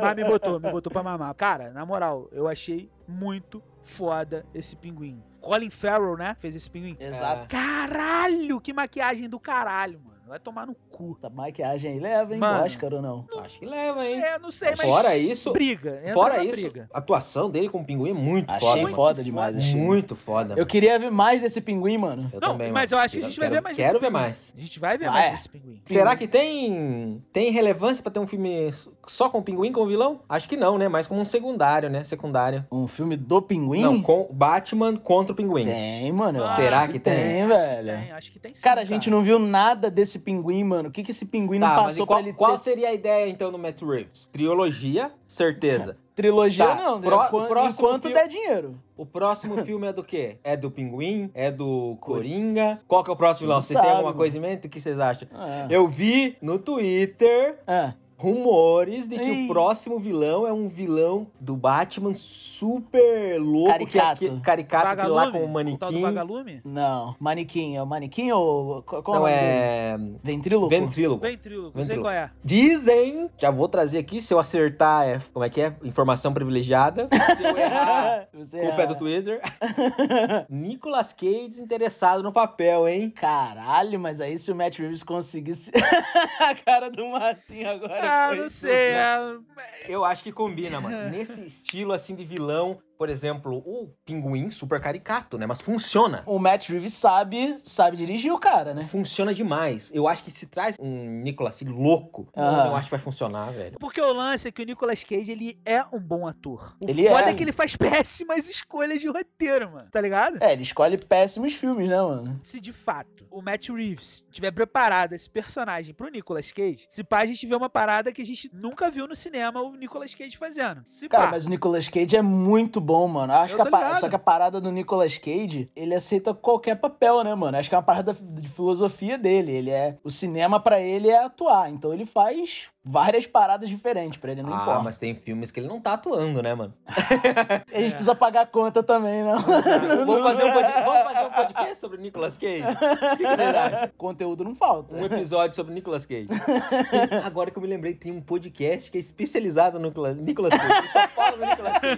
Mas me botou, me botou pra mamar. Cara, na moral, eu achei muito foda esse pinguim. Colin Farrell, né? Fez esse pinguim. É. Exato. Caralho, que maquiagem do caralho, mano. Vai tomar no cu. Essa maquiagem aí leva, hein? Mano. Oscar ou não? É, acho que leva, hein? É, não sei, mas Fora isso, briga. entra fora na isso, briga. a atuação dele com o Pinguim é muito Achei foda. foda, mano. demais, foda. achei. Muito foda. Eu queria ver mais desse pinguim, mano. Eu Não, também, mas mano. eu acho que a gente vai quero- ver mais desse Quero ver pinguim. mais. A gente vai ver Ah, mais é. desse pinguim. Será que tem tem relevância pra ter um filme só com o pinguim como vilão? Acho que não, né? Mais como um secundário, né? Secundário. Um filme do pinguim? É. Não, com o Batman contra o pinguim. Tem, mano. eu Ah, acho Será que tem? Acho que velho. tem, acho que tem sim, Cara, a gente não viu nada desse pinguim, mano. O que, que esse pinguim Tá, não mas e passou qual, pra ele qual ter? seria a ideia então do Matt Reeves? Trilogia, certeza. Trilogia Tá, não, né? pró- o Quan- próximo Enquanto filme- der dinheiro. O próximo filme é do quê? É do Pinguim? É do Coringa? Qual que é o próximo vilão? Não Vocês têm sabe, alguma mano. coisa em mente? O que vocês acham? Ah, Eu vi no Twitter ah, rumores de que Ih. o próximo vilão é um vilão do Batman super louco. Caricato. Que é aquele caricato que lá com o O tal do manequim. vagalume? não. Manequim. É o manequim ou... Qual qual Não, o nome dele? é... Ventríloco? Ventrílogo. Ventrílogo, não sei Ventrílogo. qual é. Dizem, já vou trazer aqui, se eu acertar é... Como é que é? Informação privilegiada. Se eu errar, Você culpa é do Twitter. Nicolas Cage interessado no papel, hein? Caralho, mas aí se o Matt Reeves conseguisse... a cara do Martinho agora Ah, foi não sei. surreal. é- Eu acho que combina, mano. Nesse estilo, assim, de vilão, por exemplo, o Pinguim, super caricato, né? Mas funciona. O Matt Reeves sabe, sabe dirigir o cara, né? Funciona demais. Eu acho que se traz um Nicolas Cage louco, Ah. eu acho que vai funcionar, velho. Porque o lance é que o Nicolas Cage, ele é um bom ator. O Ele foda é. é. que ele faz péssimas escolhas de roteiro, mano. Tá ligado? É, ele escolhe péssimos filmes, né, mano? Se de fato o Matt Reeves tiver preparado esse personagem pro Nicolas Cage, se pá, a gente vê uma parada que a gente nunca viu no cinema o Nicolas Cage fazendo. Se Cara, pá. mas o Nicolas Cage é muito bom, mano. Acho Eu que a tô pa- ligado. Só que a parada do Nicolas Cage, ele aceita qualquer papel, né, mano? Acho que é uma parada de filosofia dele. Ele é. O cinema pra ele é atuar. Então ele faz várias paradas diferentes pra ele, não ah, importa. mas tem filmes que ele não tá atuando, né, mano? A gente É. precisa pagar a conta também, né? não. Vamos fazer um podcast, vamos fazer um podcast sobre o Nicolas Cage? O que que vocês acham? Conteúdo não falta. Um episódio sobre o Nicolas Cage. Tem- agora que eu me lembrei, tem um podcast que é especializado no Nicolas, Nicolas Cage. Ele Só fala do Nicolas Cage.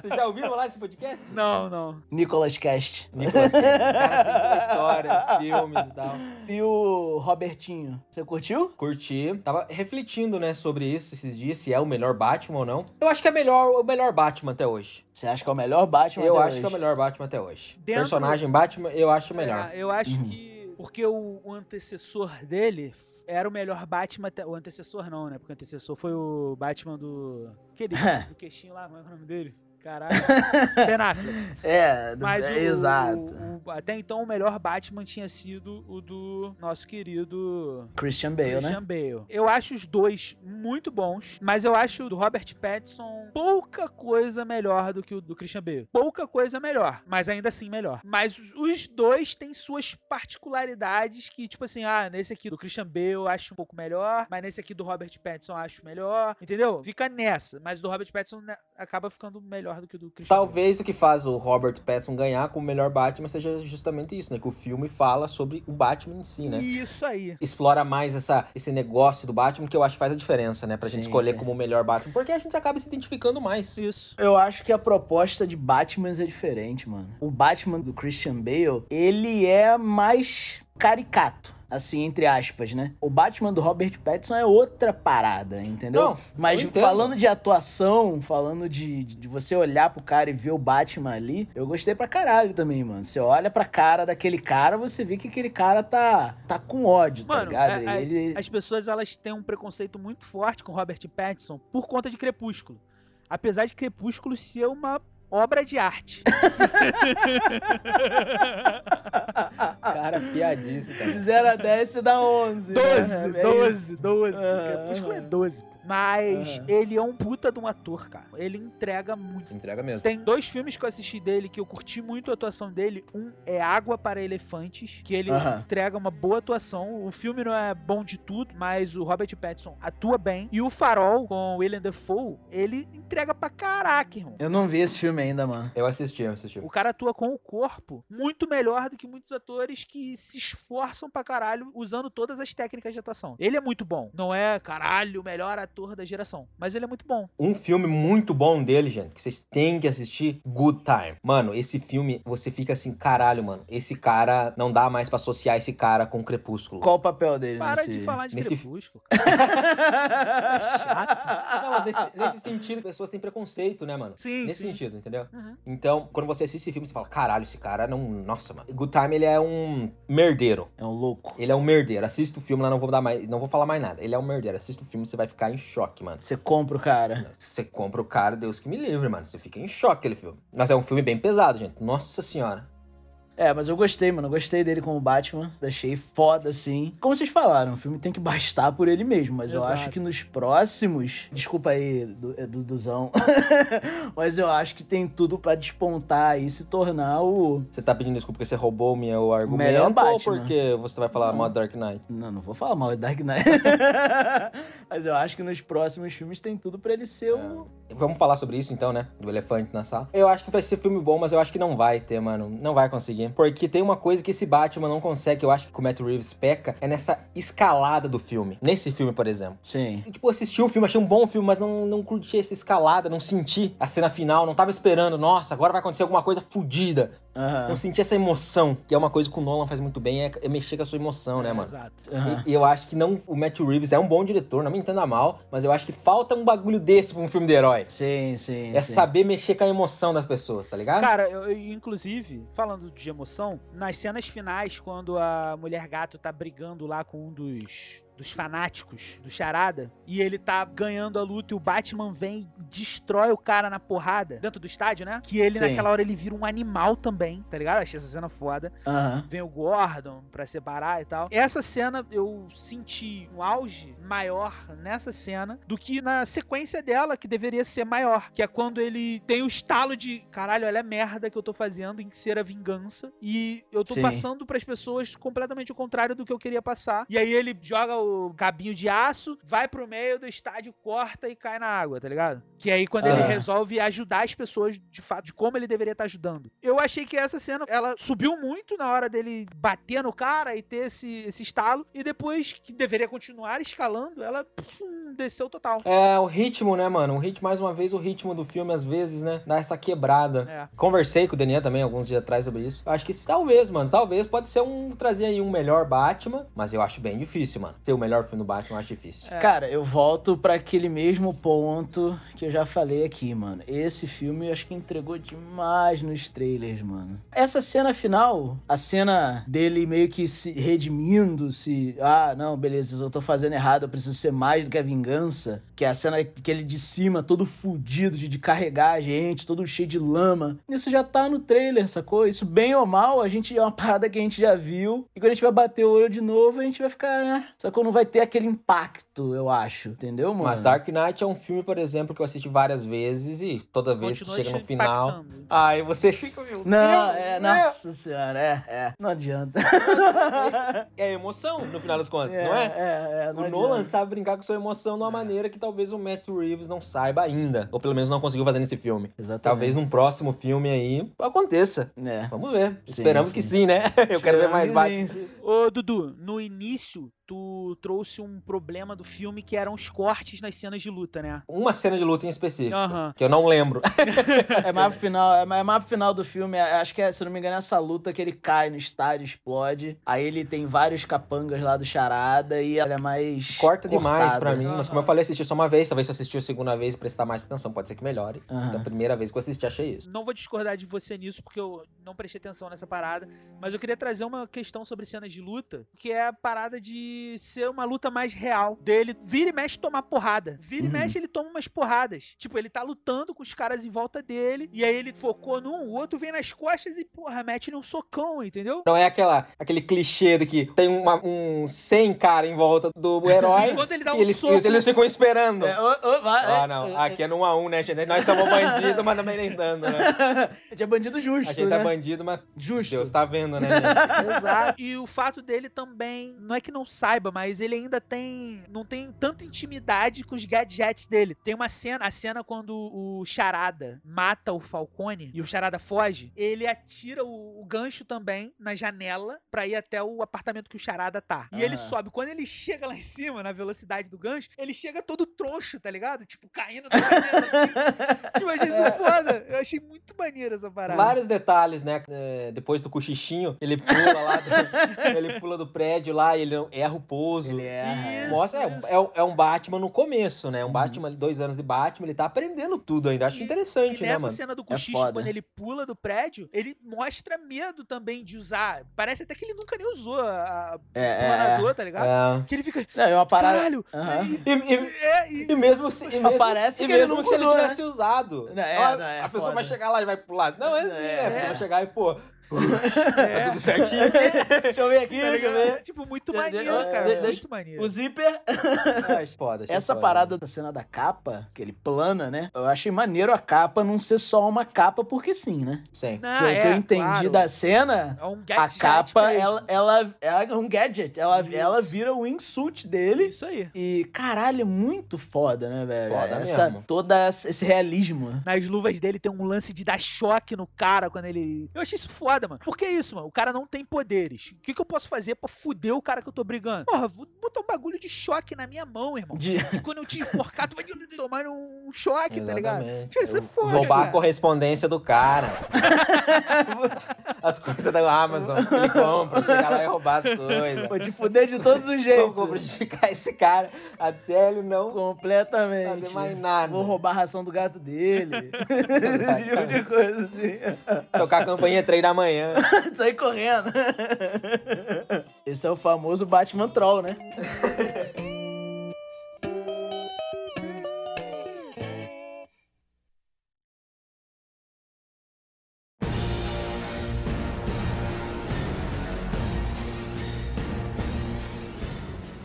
Vocês já ouviram falar desse podcast? Não, não. Nicolas Cast. Nicolas Cage. O cara tem toda a história, filmes e tal. E o Robertinho, você curtiu? Curti. Tava refletindo, né, sobre isso esses dias, se é o melhor Batman ou não. Eu acho que é melhor, o melhor Batman até hoje. Você acha que é o melhor Batman eu até acho que é o hoje? melhor Batman até hoje. Dentro- Personagem Batman, eu acho melhor. É, eu acho Uhum. que. Porque o, o antecessor dele f- era o melhor Batman. até- O antecessor não, né? Porque o antecessor foi o Batman do. Aquele. do queixinho lá, como é que é o nome dele? Caralho. ben Affleck. É, Mas é, o, exato. o- o- até então o melhor Batman tinha sido o do nosso querido Christian Bale, né? Christian Bale. Eu acho os dois muito bons, mas eu acho o do Robert Pattinson pouca coisa melhor do que o do Christian Bale. Pouca coisa melhor, mas ainda assim melhor. Mas os- os dois têm suas particularidades que, tipo assim, ah, nesse aqui do Christian Bale eu acho um pouco melhor, mas nesse aqui do Robert Pattinson eu acho melhor, entendeu? Fica nessa, mas o do Robert Pattinson né, acaba ficando melhor do que o do Christian Bale. Talvez o que faz o Robert Pattinson ganhar como o melhor Batman seja justamente isso, né? Que o filme fala sobre o Batman em si, né? Isso aí. Explora mais essa, esse negócio do Batman, que eu acho que faz a diferença, né? Pra gente Sim, escolher é. como o melhor Batman. Porque a gente acaba se identificando mais. Isso. Eu acho que a proposta de Batman é diferente, mano. O Batman do Christian Bale, ele é mais caricato, assim, entre aspas, né? O Batman do Robert Pattinson é outra parada, entendeu? Não, Mas eu entendo. falando de atuação, falando de, de você olhar pro cara e ver o Batman ali, eu gostei pra caralho também, mano. Você olha pra cara daquele cara, você vê que aquele cara tá, tá com ódio, tá é, Mano, ligado? a- a- ele... As pessoas elas têm um preconceito muito forte com Robert Pattinson por conta de Crepúsculo. Apesar de Crepúsculo ser uma obra de arte. Cara, piadista. De 0 a 10, você dá 11. né? É isso. 12. Aham. Crepúsculo é 12. pô. Mas Aham. ele é um puta de um ator, cara. Ele entrega muito. Entrega mesmo. Tem dois filmes que eu assisti dele que eu curti muito a atuação dele. Um é Água para Elefantes, que ele Aham. entrega uma boa atuação. O filme não é bom de tudo, mas o Robert Pattinson atua bem. E o Farol, com o William Dafoe, ele entrega pra caraca, irmão. Eu não vi esse filme ainda, mano. Eu assisti, eu assisti. O cara atua com o corpo muito melhor do que muitos atores que se esforçam pra caralho usando todas as técnicas de atuação. Ele é muito bom. Não é, caralho, o melhor ator da geração. Mas ele é muito bom. Um filme muito bom dele, gente, que vocês têm que assistir, Good Time. Mano, esse filme, você fica assim, caralho, mano, esse cara, não dá mais pra associar esse cara com o Crepúsculo. Qual o papel dele Para nesse... de falar de nesse- Crepúsculo, cara. Não, Ah, nesse, nesse sentido, pessoas têm preconceito, né, mano? Sim, Nesse sim. sentido, entendeu? Uhum. Então, quando você assiste esse filme, você fala, caralho, esse cara não... Nossa, mano. Good Time, ele é um merdeiro. É um louco. Ele é um merdeiro. Assista o filme, lá não vou dar mais... Não vou falar mais nada. Ele é um merdeiro. Assista o filme, você vai ficar em choque, mano. Você compra o cara. Você compra o cara, Deus que me livre, mano. Você fica em choque aquele filme. Mas é um filme bem pesado, gente. Nossa senhora. É, mas eu gostei, mano. Eu gostei dele como Batman. Achei foda, assim. Como vocês falaram, o filme tem que bastar por ele mesmo. Mas eu Exato. acho que nos próximos. Desculpa aí, Du- é, Duduzão. mas eu acho que tem tudo pra despontar e se tornar o. Você tá pedindo desculpa porque você roubou o meu argumento Melhor Batman. ou porque você vai falar Não. mal do Dark Knight? Não, não vou falar mal de Dark Knight. mas eu acho que nos próximos filmes tem tudo pra ele ser o. Vamos falar sobre isso então, né? Do elefante na sala. Eu acho que vai ser filme bom, mas eu acho que não vai ter, mano. Não vai conseguir. Porque tem uma coisa que esse Batman não consegue, que eu acho que o Matt Reeves peca, é nessa escalada do filme. Nesse filme, por exemplo. Sim. E, Tipo, assisti o filme, achei um bom filme, mas não, não curti essa escalada, não senti a cena final, não tava esperando, nossa, agora vai acontecer alguma coisa fodida. Aham. Não senti essa emoção, que é uma coisa que o Nolan faz muito bem, é, é mexer com a sua emoção, né, mano? Exato. Aham. E, e eu acho que não, o Matthew Reeves é um bom diretor, não me entenda mal, mas eu acho que falta um bagulho desse pra um filme de herói. Sim, sim. É sim. saber mexer com a emoção das pessoas, tá ligado? Cara, eu, eu, inclusive, falando de emoção, nas cenas finais, quando a mulher gato tá brigando lá com um dos, dos fanáticos do Charada, e ele tá ganhando a luta e o Batman vem e destrói o cara na porrada, dentro do estádio, né? Que ele, Sim. naquela hora, ele vira um animal também, tá ligado? Achei essa cena foda Aham. vem o Gordon pra separar e tal. Essa cena eu senti um auge maior nessa cena do que na sequência dela, que deveria ser maior. Que é quando ele tem o estalo de caralho, olha a merda que eu tô fazendo em que ser a vingança. E eu tô Sim. passando pras pessoas completamente o contrário do que eu queria passar. E aí ele joga o o cabinho de aço, vai pro meio do estádio, corta e cai na água, tá ligado? Que aí quando ele Ah. resolve ajudar as pessoas, de fato, de como ele deveria estar ajudando. Eu achei que essa cena, ela subiu muito na hora dele bater no cara e ter esse, esse estalo, e depois que deveria continuar escalando, ela pfum, desceu total. É, o ritmo, né, mano? O ritmo, mais uma vez, o ritmo do filme, às vezes, né? Dá essa quebrada. É. Conversei com o Daniel também alguns dias atrás sobre isso. Eu Acho que talvez, mano, talvez pode ser um trazer aí um melhor Batman, mas eu acho bem difícil, mano. Ser o melhor filme do Batman, eu acho difícil. É. Cara, eu volto pra aquele mesmo ponto que eu já falei aqui, mano. Esse filme eu acho que entregou demais nos trailers, mano. Essa cena final, a cena dele meio que se redimindo, se. Ah, não, beleza, eu tô fazendo errado, eu preciso ser mais do que a vingança. Que é a cena que ele de cima, todo fudido de, de carregar a gente, todo cheio de lama. Isso já tá no trailer, sacou? Isso bem ou mal, a gente é uma parada que a gente já viu. E quando a gente vai bater o olho de novo, a gente vai ficar, né? Sacou? Não vai ter aquele impacto, eu acho. Entendeu, mano? Mas Dark Knight é um filme, por exemplo, que eu assisti várias vezes e toda vez Continua que chega te no final. impactando. Aí você fica, meu Não, Deus, é, né? nossa senhora, é, é. Não adianta. É emoção, no final das contas, É, não É, é? é, não O adianta. Nolan sabe brincar com sua emoção de uma maneira que talvez o Matt Reeves não saiba ainda. Ou pelo menos não conseguiu fazer nesse filme. Exatamente. Talvez num próximo filme aí aconteça. É. Vamos ver. Sim, Esperamos sim. que sim, né? Eu quero ver mais Batman. Sim, sim. Ô, Dudu, no início, tu trouxe um problema do filme que eram os cortes nas cenas de luta, né? Uma cena de luta em específico. Ah. Aham. Que eu não lembro. É mais pro final, é mais, é mais pro final do filme. é- Acho que, é, se não me engano, é essa luta que ele cai no estádio, explode. Aí ele tem vários capangas lá do Charada e ela é mais. Corta demais pra cortada. Ah. mim. Mas como eu Aham. falei, assisti só uma vez. Talvez se eu assistir a segunda vez e prestar mais atenção, pode ser que melhore. Aham. Da primeira vez que eu assisti, achei isso. Não vou discordar de você nisso, porque eu não prestei atenção nessa parada. Mas eu queria trazer uma questão sobre cenas de luta, que é a parada de ser uma luta mais real. Dele vira e mexe tomar porrada. Vira Uhum. e mexe, ele toma umas porradas. Tipo, ele tá lutando com os caras em volta dele, e aí ele focou num, o outro vem nas costas e, porra, mete num socão, entendeu? Não é aquela, aquele clichê de que tem uma, um 100 cara em volta do herói. Enquanto ele dá e um eles, soco. eles ficam esperando. É, ô, ô, vai, Ah, é, não. é, Aqui é no 1 a 1 né, gente? Nós somos bandido, mas também nem dando, né? A gente é bandido justo, A gente né? é bandido, mas Justo. Deus tá vendo, né, gente? Exato. E o fato dele também, não é que não saiba, mas ele ainda tem, não tem tanta intimidade com os gadgets dele. Tem uma cena, a cena quando o Charada mata o Falcone e o Charada foge, ele atira o, o gancho também na janela pra ir até o apartamento que o Charada tá. E ele Aham. sobe. Quando ele chega lá em cima, na velocidade do gancho, ele chega todo troncho, tá ligado? Tipo, caindo da janela assim. tipo, eu achei isso foda. Eu achei muito maneiro essa parada. Vários detalhes, né? É, Depois do cochichinho, ele pula lá, do, ele pula do prédio lá e ele erra o pouso. Ele é. Isso. Mostra, é, é um- é um Batman no começo, né? Um Uhum. Batman, dois anos de Batman, ele tá aprendendo tudo ainda. Acho E- interessante, E né, nessa mano? cena do É cochicho, foda. quando ele pula do prédio, ele mostra medo também de usar. Parece até que ele nunca nem usou a, a É, é, é. planador, tá ligado? É. Que ele fica, Não, é uma parada. caralho! Aham. e- E, e- é, e- e mesmo se. E mesmo, Parece e que ele mesmo não que se ele usou, né? tivesse usado. Não, é, ó, não, é a pessoa foda. vai chegar lá e vai pular. Não, é assim, É. né? A pessoa vai chegar e, pô, é, tá tudo certinho. Deixa eu ver aqui, tá deixa eu ligado? ver. Tipo, muito né? De- de- maneiro, de- cara. deixa- muito maneiro. O zíper. Ai, foda, achei Essa foda. né? parada da cena da capa, aquele plana, né? Eu achei maneiro a capa não ser só uma capa, porque sim, né? Sim. Não, Pelo que eu é, entendi claro. da cena, É um a gadget capa, mesmo. ela, ela, ela é um gadget. Ela, Isso. ela vira o wingsuit dele. Isso aí. E, caralho, é muito foda, né, velho? Foda Essa, mesmo. Todo esse realismo. Nas luvas dele tem um lance de dar choque no cara quando ele. Eu achei isso foda, mano. Por que isso, mano? O cara não tem poderes. O que, que eu posso fazer pra fuder o cara que eu tô brigando? Porra, vou botar um bagulho de choque na minha mão, irmão. De... E quando eu te enforcar, tu vai tomar um choque, tá ligado? Exatamente. Tio, isso é Eu- foda, Roubar cara. a correspondência do cara. as coisas da Amazon que ele compra, chegar lá e roubar as coisas. Pô, tipo, de fuder de todos os Vamos jeitos. prejudicar esse cara até ele não Completamente. fazer mais nada. Vou roubar a ração do gato dele. Esse tipo de Exatamente. coisa, assim. Tocar a campainha três da manhã. Sair correndo. Esse é o famoso Batman Troll, né?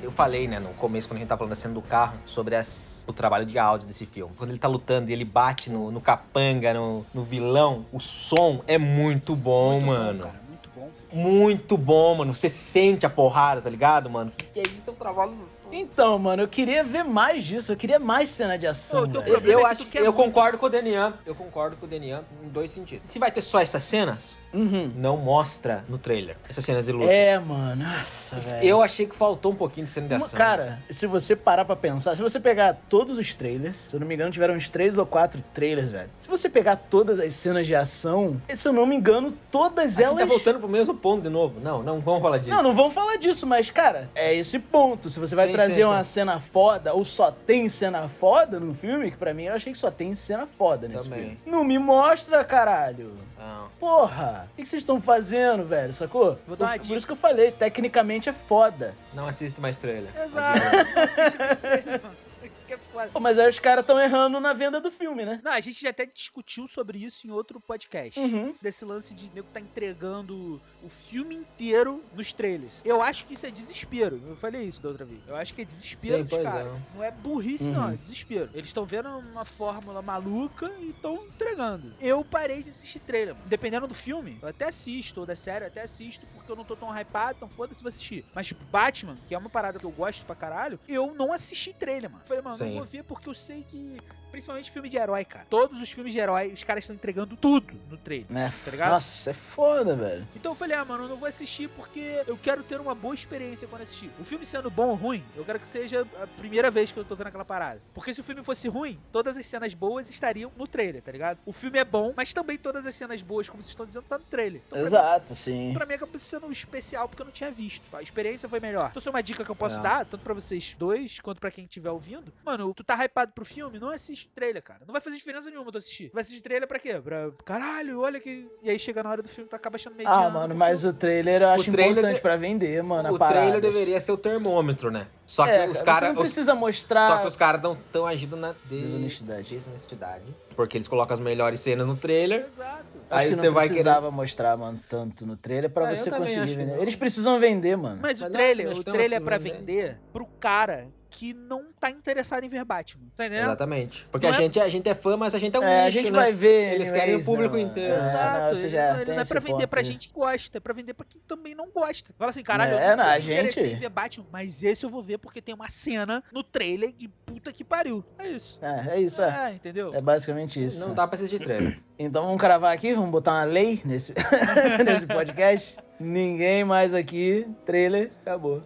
Eu falei, né, no começo, quando a gente tá falando da cena do carro, sobre as- o trabalho de áudio desse filme. Quando ele tá lutando e ele bate no, no capanga, no, no vilão, o som é muito bom, mano. Cara, muito bom. Muito bom, mano. Você sente a porrada, tá ligado, mano? Que que é isso? É um trabalho. Então, mano, eu queria ver mais disso, eu queria mais cena de ação. Eu tô- velho. Eu, um problema eu é que acho tu que. quer Eu muito. concordo com o Denian. Eu concordo com o Denian em dois sentidos. Se vai ter só essas cenas, Uhum. não mostra no trailer essas cenas de luta. É, mano, nossa, velho. Eu achei que faltou um pouquinho de cena de Uma- ação. Cara, se você parar pra pensar, se você pegar todos os trailers, se eu não me engano, tiveram uns três ou quatro trailers, velho. Se você pegar todas as cenas de ação, se eu não me engano, todas a gente elas. tá voltando pro mesmo ponto de novo. Não, não vamos falar disso. Não, não vamos falar disso, mas, cara, é esse ponto. Se você vai Sim, trazer sim, uma sim. cena foda, ou só tem cena foda num filme, que pra mim eu achei que só tem cena foda nesse Também. filme. Não me mostra, caralho. Não. Porra, o que que vocês estão fazendo, velho? Sacou? Vou dar uma Por- dica. Por isso que eu falei, tecnicamente é foda. Não assiste mais trailer. né? Exato. Não assiste mais trailer, mano. Isso que é foda. Pô, mas aí os caras estão errando na venda do filme, né? Não, a gente já até discutiu sobre isso em outro podcast. Uhum. Desse lance de nego tá entregando o filme inteiro nos trailers. Eu acho que isso é desespero. Eu falei isso da outra vez. Eu acho que é desespero Sim, dos pois caras. Não é burrice, não, Uhum. é desespero. Eles estão vendo uma fórmula maluca e estão entregando. Eu parei de assistir trailer. mano. Dependendo do filme, eu até assisto, ou da série, eu até assisto, porque eu não tô tão hypado, então foda-se vou assistir. Mas, tipo, Batman, que é uma parada que eu gosto pra caralho, eu não assisti trailer, mano. Falei, mano, não Sim. vou ver porque eu sei que. Principalmente filme de herói, cara. Todos os filmes de herói, os caras estão entregando tudo no trailer, É. tá ligado? Nossa, é foda, velho. Então eu falei, ah, mano, eu não vou assistir porque eu quero ter uma boa experiência quando assistir. O filme sendo bom ou ruim, eu quero que seja a primeira vez que eu tô vendo aquela parada. Porque se o filme fosse ruim, todas as cenas boas estariam no trailer, tá ligado? O filme é bom, mas também todas as cenas boas, como vocês estão dizendo, tá no trailer. Então, pra mim, Exato, sim. Pra mim é acabou sendo um especial porque eu não tinha visto. A experiência foi melhor. Então, isso é uma dica que eu posso É. dar, tanto pra vocês dois, quanto pra quem estiver ouvindo. Mano, tu tá hypado pro filme? Não assiste trailer, cara. Não vai fazer diferença nenhuma tu assistir. Tu vai assistir trailer pra quê? Pra caralho, olha que. E aí chega na hora do filme, tu acaba achando mediano. Ah, mano, mas o trailer eu acho trailer importante de- pra vender, mano, o a parada. trailer deveria ser o termômetro, né? Só que É, os você caras. não precisa mostrar... Só que os caras não estão agindo na de- Desonestidade. desonestidade. Porque eles colocam as melhores cenas no trailer. Exato. Acho aí que não você vai precisava mostrar, mano, tanto no trailer pra Ah, eu você também acho conseguir que vender. não. Eles precisam vender, mano. Mas o Mas não, trailer, mas o não, trailer é tudo pra bem. vender pro cara que não tá interessado em ver Batman. Tá entendendo? Exatamente. Porque Não a, é- gente, a gente é fã, mas a gente é um é, a lixo, gente né? vai ver. Eles querem o anyways, público né, mano? inteiro. É, não, Exato, você ele já não, ele tem não é esse pra vender ponto pra aí. gente que gosta, é pra vender pra quem também não gosta. Fala assim, caralho, É, eu não, não, a tenho interesse gente- em ver Batman, mas esse eu vou ver porque tem uma cena no trailer de puta que pariu. É isso. É, é isso, é. É, entendeu? É basicamente isso. Não dá pra assistir trailer. Então vamos cravar aqui, vamos botar uma lei nesse, nesse podcast. Ninguém mais aqui. Trailer, acabou.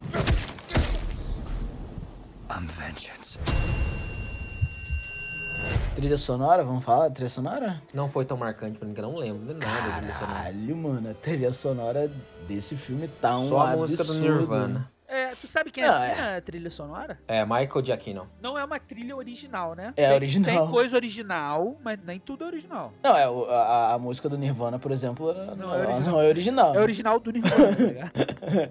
Trilha sonora, vamos falar? de Trilha sonora? Não foi tão marcante pra mim que eu não lembro de nada. né? de emocionante. Caralho, mano, a trilha sonora desse filme tá um Só a absurdo. música do Nirvana. É, tu sabe quem Não, assina a trilha sonora? É, Michael Giacchino. Não é uma trilha original, né? É tem, original. Tem coisa original, mas nem tudo é original. Não, é, o- a, a música do Nirvana, por exemplo, não, Não é original. não é original. É original do Nirvana, tá ligado?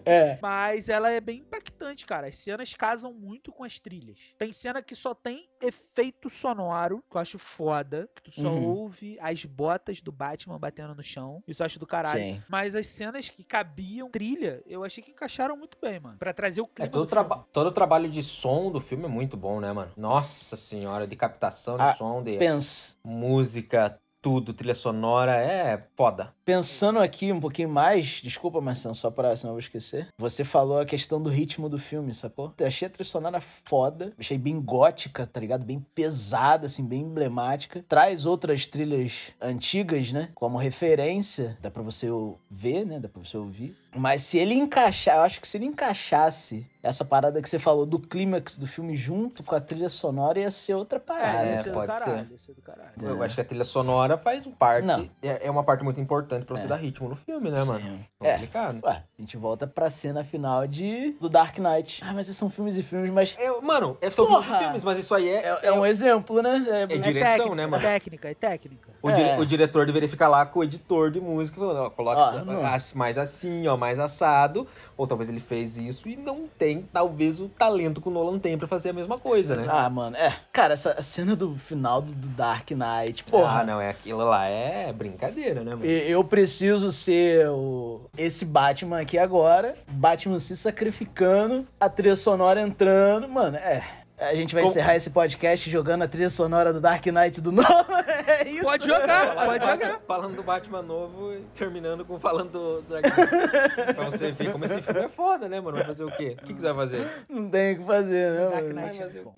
É. Mas ela é bem impactante, cara. As cenas casam muito com as trilhas. Tem cena que só tem efeito sonoro, que eu acho foda. Que tu só Uhum. ouve as botas do Batman batendo no chão. Isso eu acho do caralho. Sim. Mas as cenas que cabiam trilha, eu achei que encaixaram muito bem, mano. Pra trazer o É, clima. todo, o do traba- filme. todo o trabalho de som do filme é muito bom, né, mano? Nossa senhora, de captação de Ah, som, de Pensa. música, tudo, trilha sonora, é foda. Pensando aqui um pouquinho mais, desculpa, Marcelo, só pra senão eu vou esquecer. Você falou a questão do ritmo do filme, sacou? Eu achei a trilha sonora foda, achei bem gótica, tá ligado? Bem pesada, assim, bem emblemática. Traz outras trilhas antigas, né? Como referência, dá pra você ou- ver, né? Dá pra você ouvir. Mas se ele encaixar, eu acho que se ele encaixasse essa parada que você falou do clímax do filme junto com a trilha sonora, ia ser outra parada. É, é, esse é do pode ser. caralho, esse é do caralho. Eu acho que a trilha sonora faz parte. Não. É, é uma parte muito importante pra você É. dar ritmo no filme, né, mano? Sim. É, Complicado. Ué, a gente volta pra cena final de do Dark Knight. Ah, mas são filmes e filmes, mas Eu- mano, é- são Porra! todos filmes, mas isso aí é. é, é um exemplo, né? É- É É direção, técnica, né, mano? É técnica, é técnica. O, dire- é. o diretor deveria ficar lá com o editor de música falando, ó, coloca Ah, essa- não. as- mais assim, ó, mais assado. Ou talvez ele fez isso e não tem, talvez, o talento que o Nolan tem pra fazer a mesma coisa, né? Ah, mano, é. Cara, essa a cena do final do, do Dark Knight, porra. Ah, não, é aquilo lá, é brincadeira, né, mano? e- Eu preciso ser o, esse Batman aqui agora. Batman se sacrificando, a trilha sonora entrando. Mano, é. A gente vai Com- encerrar esse podcast jogando a trilha sonora do Dark Knight do novo. É isso. Pode jogar, pode jogar. Falando do Batman novo e terminando com falando do Dragon Ball. pra você ver como esse filme é foda, né, mano? Vai fazer o quê? O que, que você vai fazer? Não tem o que fazer, né? Dark mano? Vai Knight é fazer o bom.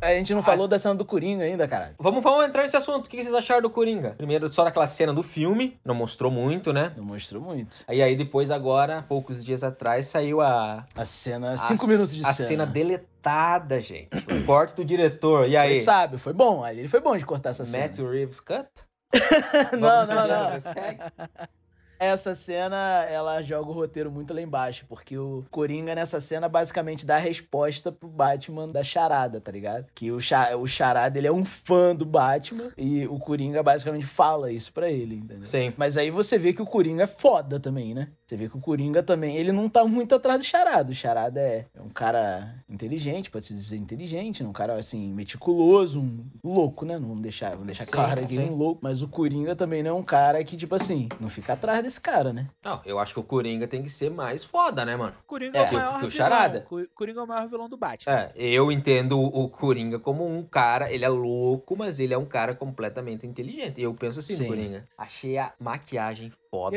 A gente não falou da cena do Coringa ainda, caralho. Vamos, vamos entrar nesse assunto. O que que vocês acharam do Coringa? Primeiro, só daquela cena do filme, não mostrou muito, né? Não mostrou muito. E aí depois, agora, poucos dias atrás, saiu a... A cena, a- cinco minutos de a cena. cena deletada, gente. O corte do diretor. E aí? Ele sabe, foi bom. Ali ele foi bom de cortar essa cena. Matthew Reeves cut? não, Vamos não, subir essa não. hashtag? Essa cena, ela joga o roteiro muito lá embaixo, porque o Coringa nessa cena basicamente dá a resposta pro Batman da charada, tá ligado? Que o, cha- o charada, ele é um fã do Batman e o Coringa basicamente fala isso pra ele, entendeu? Sim. Mas aí você vê que o Coringa é foda também, né? Você vê que o Coringa também, ele não tá muito atrás do Charada. O Charada é, é um cara inteligente, pode se dizer inteligente, né? um cara assim, meticuloso, um louco, né? Não vamos deixar, vamos deixar Sim, claro que ele é sim. um louco. Mas o Coringa também não é um cara que, tipo assim, não fica atrás desse cara, né? Não, eu acho que o Coringa tem que ser mais foda, né, mano? Coringa É, é, o maior que o vilão. Charada. Cu- Coringa é o maior vilão do Batman. É, eu entendo o o Coringa como um cara, ele é louco, mas ele é um cara completamente inteligente. E eu penso assim, Sim. no Coringa. Achei a maquiagem foda.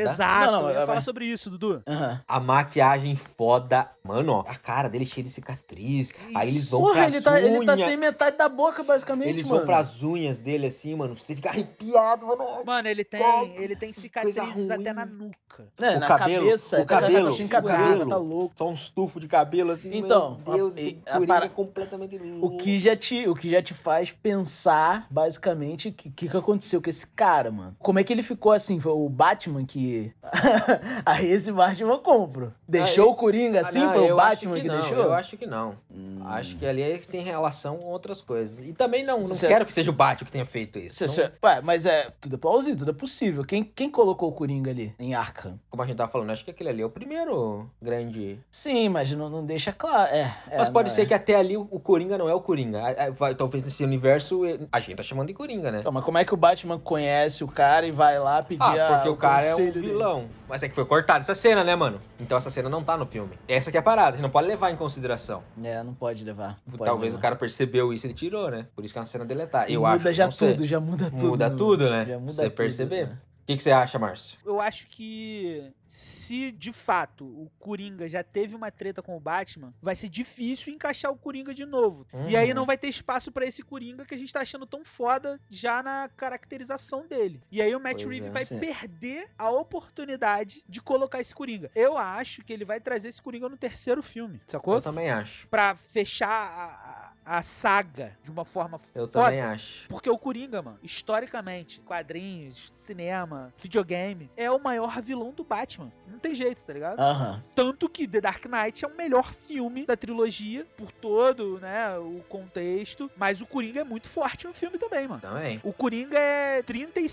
Não, Exato, não, eu ia mas- falar sobre isso, Dudu. Aham. A maquiagem foda. Mano, ó, a cara dele cheia de cicatriz. Aí eles vão Porra, pras ele tá, ele tá unhas. sem metade da boca, basicamente, Eles mano. vão pras unhas dele assim, mano. Você fica arrepiado, mano. Ai, Mano, ele tem, Nossa, ele tem que cicatrizes coisa ruim. até na nuca. Né, o na cabelo, cabeça, o ele tá- ele cabelo, tá, cheio de o catarata, cabelo. tá louco. Só um estufo de cabelo assim. Então, meu Deus, a- esse a Coringa para- é completamente louco. O que, já te, o que já te faz pensar, basicamente, o que, que, que aconteceu com esse cara, mano. Como é que ele ficou assim? Foi o Batman que. Aí esse Batman eu compro. Deixou Ah, eu- o Coringa assim? Ah, não, Foi o eu acho Batman que, não, deixou? Hum. Eu acho que não. Acho que ali é que tem relação com outras coisas. E também não, não Cê- quero que seja o Batman que tenha feito isso. Cê- Não- cê- Ué, mas é. Tudo é plausível, tudo é possível. Quem, quem colocou o Coringa ali em Arkham? Como a gente tava falando, acho que aquele ali é o primeiro grande. Sim, mas não, não deixa claro. É, é, Mas pode não ser é. que até ali o o Coringa não é o Coringa. A- a- vai- Talvez nesse universo eh, a gente tá chamando de Coringa, né? Então, mas como é que o Batman conhece o cara e vai lá pedir Ah, porque a- o cara é um conselho dele? vilão. Mas é que foi cortada essa cena, né, mano? Então essa cena não tá no filme. Essa que é a parada, a gente não pode levar em consideração. É, não pode levar. não pode Talvez levar. o cara percebeu isso e ele tirou, né? Por isso que é uma cena deletada. Eu muda acho. já não sei. tudo, já muda tudo. Muda meu. tudo, né? Já muda Você tudo, perceber. né? O que, que você acha, Márcio? Eu acho que se de fato o Coringa já teve uma treta com o Batman, vai ser difícil encaixar o Coringa de novo. E aí Uhum. não vai ter espaço pra esse Coringa que a gente tá achando tão foda já na caracterização dele. E aí o Matt Pois Reeves é, vai sim. perder a oportunidade de colocar esse Coringa. Eu acho que ele vai trazer esse Coringa no terceiro filme, sacou? Eu também acho. Pra fechar a, a- a saga de uma forma Eu foda. também acho. Porque o Coringa, mano, historicamente, quadrinhos, cinema, videogame, é o maior vilão do Batman. Não tem jeito, tá ligado? Aham. Tanto que The Dark Knight é o melhor filme da trilogia, por todo, né, o contexto. Mas o Coringa é muito forte no filme também, mano. Também. O Coringa é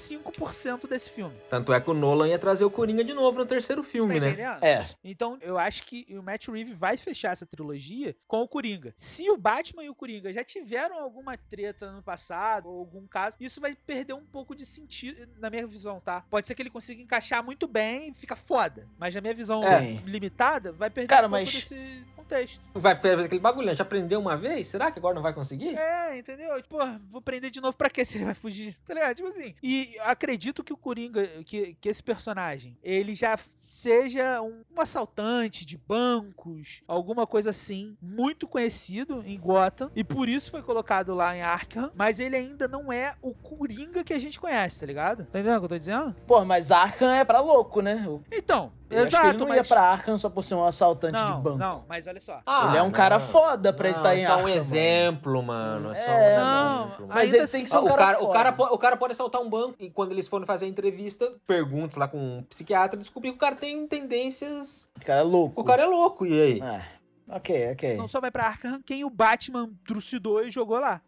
35% desse filme. Tanto é que o Nolan ia trazer o Coringa de novo no terceiro filme, tá né? entendendo? É, Então, eu acho que o Matt Reeves vai fechar essa trilogia com o Coringa. Se o Batman e o Coringa já tiveram alguma treta no passado, ou algum caso, isso vai perder um pouco de sentido, na minha visão, tá? Pode ser que ele consiga encaixar muito bem e fica foda. Mas na minha visão É. limitada, vai perder Cara, um pouco mas- desse contexto. Vai fazer aquele bagulho, né? Já aprendeu uma vez? Será que agora não vai conseguir? É, entendeu? Tipo, "Pô, vou prender de novo pra quê se ele vai fugir? Tá ligado? Tipo assim. E acredito que o Coringa, que, que esse personagem, ele já seja um, um assaltante de bancos, alguma coisa assim, muito conhecido em Gotham, e por isso foi colocado lá em Arkham, mas ele ainda não é o Coringa que a gente conhece, tá ligado? Tá entendendo o que eu tô dizendo? pô, mas Arkham é pra louco, né? Eu, Então, eu acho exato, que ele não mas... ia pra Arkham só por ser um assaltante não, de banco. não, mas olha só. Ah, ele é um cara não. foda pra ele Não, estar tá em É só Arkham. um mano. exemplo, mano. É só um É, não, exemplo. aí- Mas Ainda assim, ele tem que ser um é o, cara, cara, o, foda. cara, po- o cara pode assaltar um banco e quando eles forem fazer a entrevista, perguntas lá com um psiquiatra, descobrir que o cara tem tendências. O cara é louco. O cara é louco, e aí? É. Ok, ok. Não só vai pra Arkham quem o Batman trucidou e jogou lá.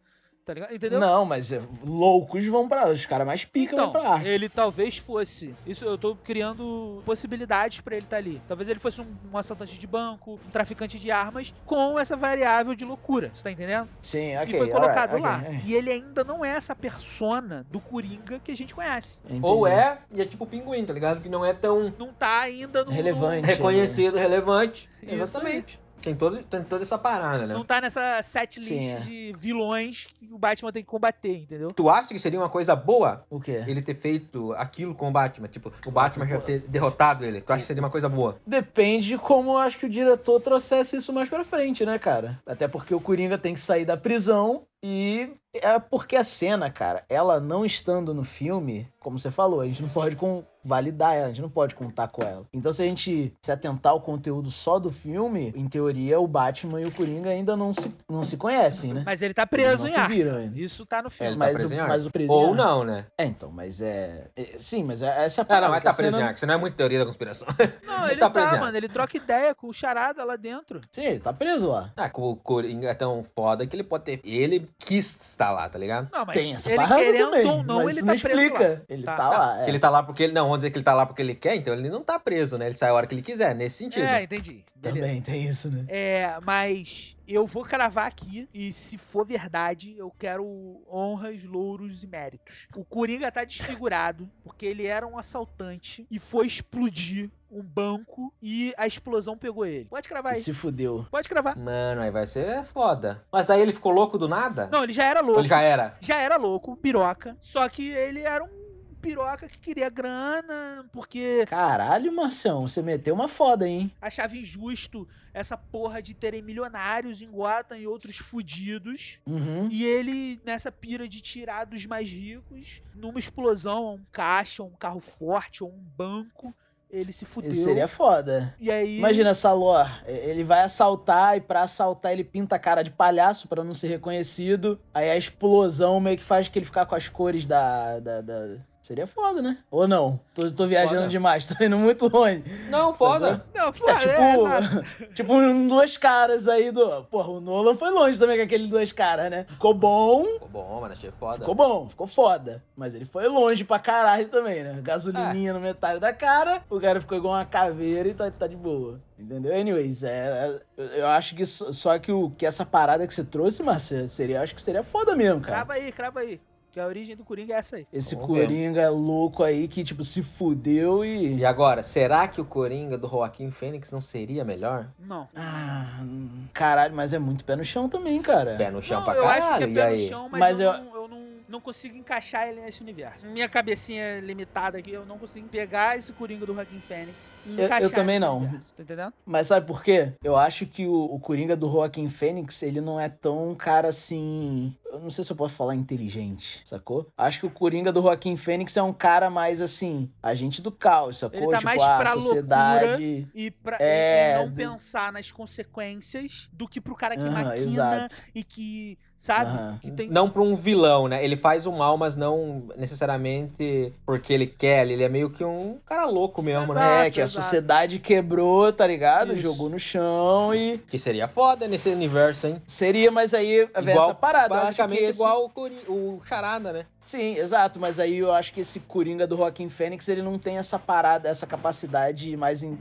tá ligado? Entendeu? Não, mas é, loucos vão pra. Os caras mais pica Então, vão pra arte. ele talvez fosse. Isso eu tô criando possibilidades pra ele estar ali. Talvez ele fosse um, um assaltante de banco, um traficante de armas, com essa variável de loucura. Você tá entendendo? Sim, ok. e alright, foi colocado ok, lá. é. E ele ainda não é essa persona do Coringa que a gente conhece. Ou Entendi. é, e é tipo o pinguim, tá ligado? Que não é tão Não tá ainda no. Relevante. reconhecido, relevante. Isso Exatamente. Tem, todo, tem toda essa parada, né? Não, não tá nessa set Sim, list é. de vilões que o Batman tem que combater, entendeu? Tu acha que seria uma coisa boa O quê? ele ter feito aquilo com o Batman? Tipo, o Batman já ter derrotado ele. Tu acha que seria uma coisa boa? Depende de como eu acho que o diretor trouxesse isso mais pra frente, né, cara? Até porque o Coringa tem que sair da prisão e. É porque a cena, cara, ela não estando no filme, como você falou, a gente não pode com- validar ela, a gente não pode contar com ela. Então, se a gente se atentar ao conteúdo só do filme, em teoria, o Batman e o Coringa ainda não se, não se conhecem, né? Mas ele tá Eles preso em não se Arkham. viram ainda. Isso tá no É, filme. ele tá mas, preso em o, Arkham. mas o preso em Ou Arkham. não, né? É, então, mas é. é- sim, mas é, essa é a Ah, parada, não, mas que a tá preso cena- em Arkham. Isso não é muito teoria da conspiração. Não, Ele ele tá tá, preso em mano. Ele troca ideia com o Charada lá dentro. Sim, ele tá preso lá. Ah, com o Coringa é tão foda que ele pode ter. Ele quis estar lá, tá ligado? Não, mas Tem essa ele parada querendo também, ou não, mas ele isso tá não preso explica. lá. Ele Tá. tá, lá. Se é. ele tá lá porque ele. Não, vamos dizer que ele tá lá porque ele quer, então ele não tá preso, né? Ele sai a hora que ele quiser, nesse sentido. É, entendi. Beleza. Também tem isso, né? É, mas eu vou cravar aqui e se for verdade, eu quero honras, louros e méritos. O Coringa tá desfigurado porque ele era um assaltante e foi explodir um banco e a explosão pegou ele. Pode cravar Ele aí. se fudeu. Pode cravar. Mano, aí vai ser foda. Mas daí ele ficou louco do nada? Não, ele já era Ou louco. ele já era? já era louco, piroca. Só que ele era um piroca que queria grana, porque Caralho, Marcião, você meteu uma foda, hein? achava injusto essa porra de terem milionários em Gotham e outros fudidos. Uhum. E ele, nessa pira de tirar dos mais ricos, numa explosão, um caixa, um carro forte, ou um banco, ele se fudeu. Isso seria foda. E aí. Imagina essa lore. Ele vai assaltar e pra assaltar ele pinta a cara de palhaço pra não ser reconhecido. Aí a explosão meio que faz que ele ficar com as cores da. da, da- Seria foda, né? Ou não? Tô, tô viajando Foda. demais, tô indo muito longe. Não, foda. Não, É foda, é, exato. tipo, tipo um duas caras aí do. Porra, o Nolan foi longe também com aquele duas caras, né? Ficou bom, Ficou bom, mano, achei foda. Ficou bom, ficou foda. Mas ele foi longe pra caralho também, né? Gasolininha no metade da cara, o cara ficou igual uma caveira e tá, tá de boa. Entendeu? Anyways, é, é, eu acho que só, só que, o, que essa parada que você trouxe, Márcio, seria, acho que seria foda mesmo, cara. Crava aí, crava aí. Que a origem do Coringa é essa aí. Esse Vamos ver. Coringa louco aí que, tipo, se fudeu e. E agora, será que o Coringa do Joaquim Fênix não seria melhor? Não. Ah, caralho, mas é muito pé no chão também, cara. Pé no chão não, pra eu caralho, acho que é e pé no aí? chão, mas, Mas eu, eu- não, eu não, não consigo encaixar ele nesse universo. Minha cabecinha é limitada aqui, eu não consigo pegar esse Coringa do Joaquim Fênix e eu encaixar também nesse não. universo, tá entendendo? Mas sabe por quê? Eu acho que o, o Coringa do Joaquim Fênix, ele não é tão um cara assim. Eu não sei se eu posso falar inteligente, sacou? Acho que o Coringa do Joaquim Fênix é um cara mais assim, agente do caos, sacou? Ele tá tipo, mais a pra sociedade. E pra É, e não de- pensar nas consequências do que pro cara que Aham, maquina exato. e que, sabe? Aham. Que tem... Não pra um vilão, né? Ele faz o mal, mas não necessariamente porque ele quer. Ele é meio que um cara louco mesmo, né? Exato, é, que a exato. sociedade quebrou, tá ligado? tá Isso. Jogou no chão e. Que seria foda nesse universo, hein? Seria, mas aí vem Igual- essa é parada. eu acho Basicamente que esse- igual o, Cori... o Charada, né? Sim, exato, mas aí eu acho que esse Coringa do Joaquim Fênix, ele não tem essa parada, essa capacidade mais. In...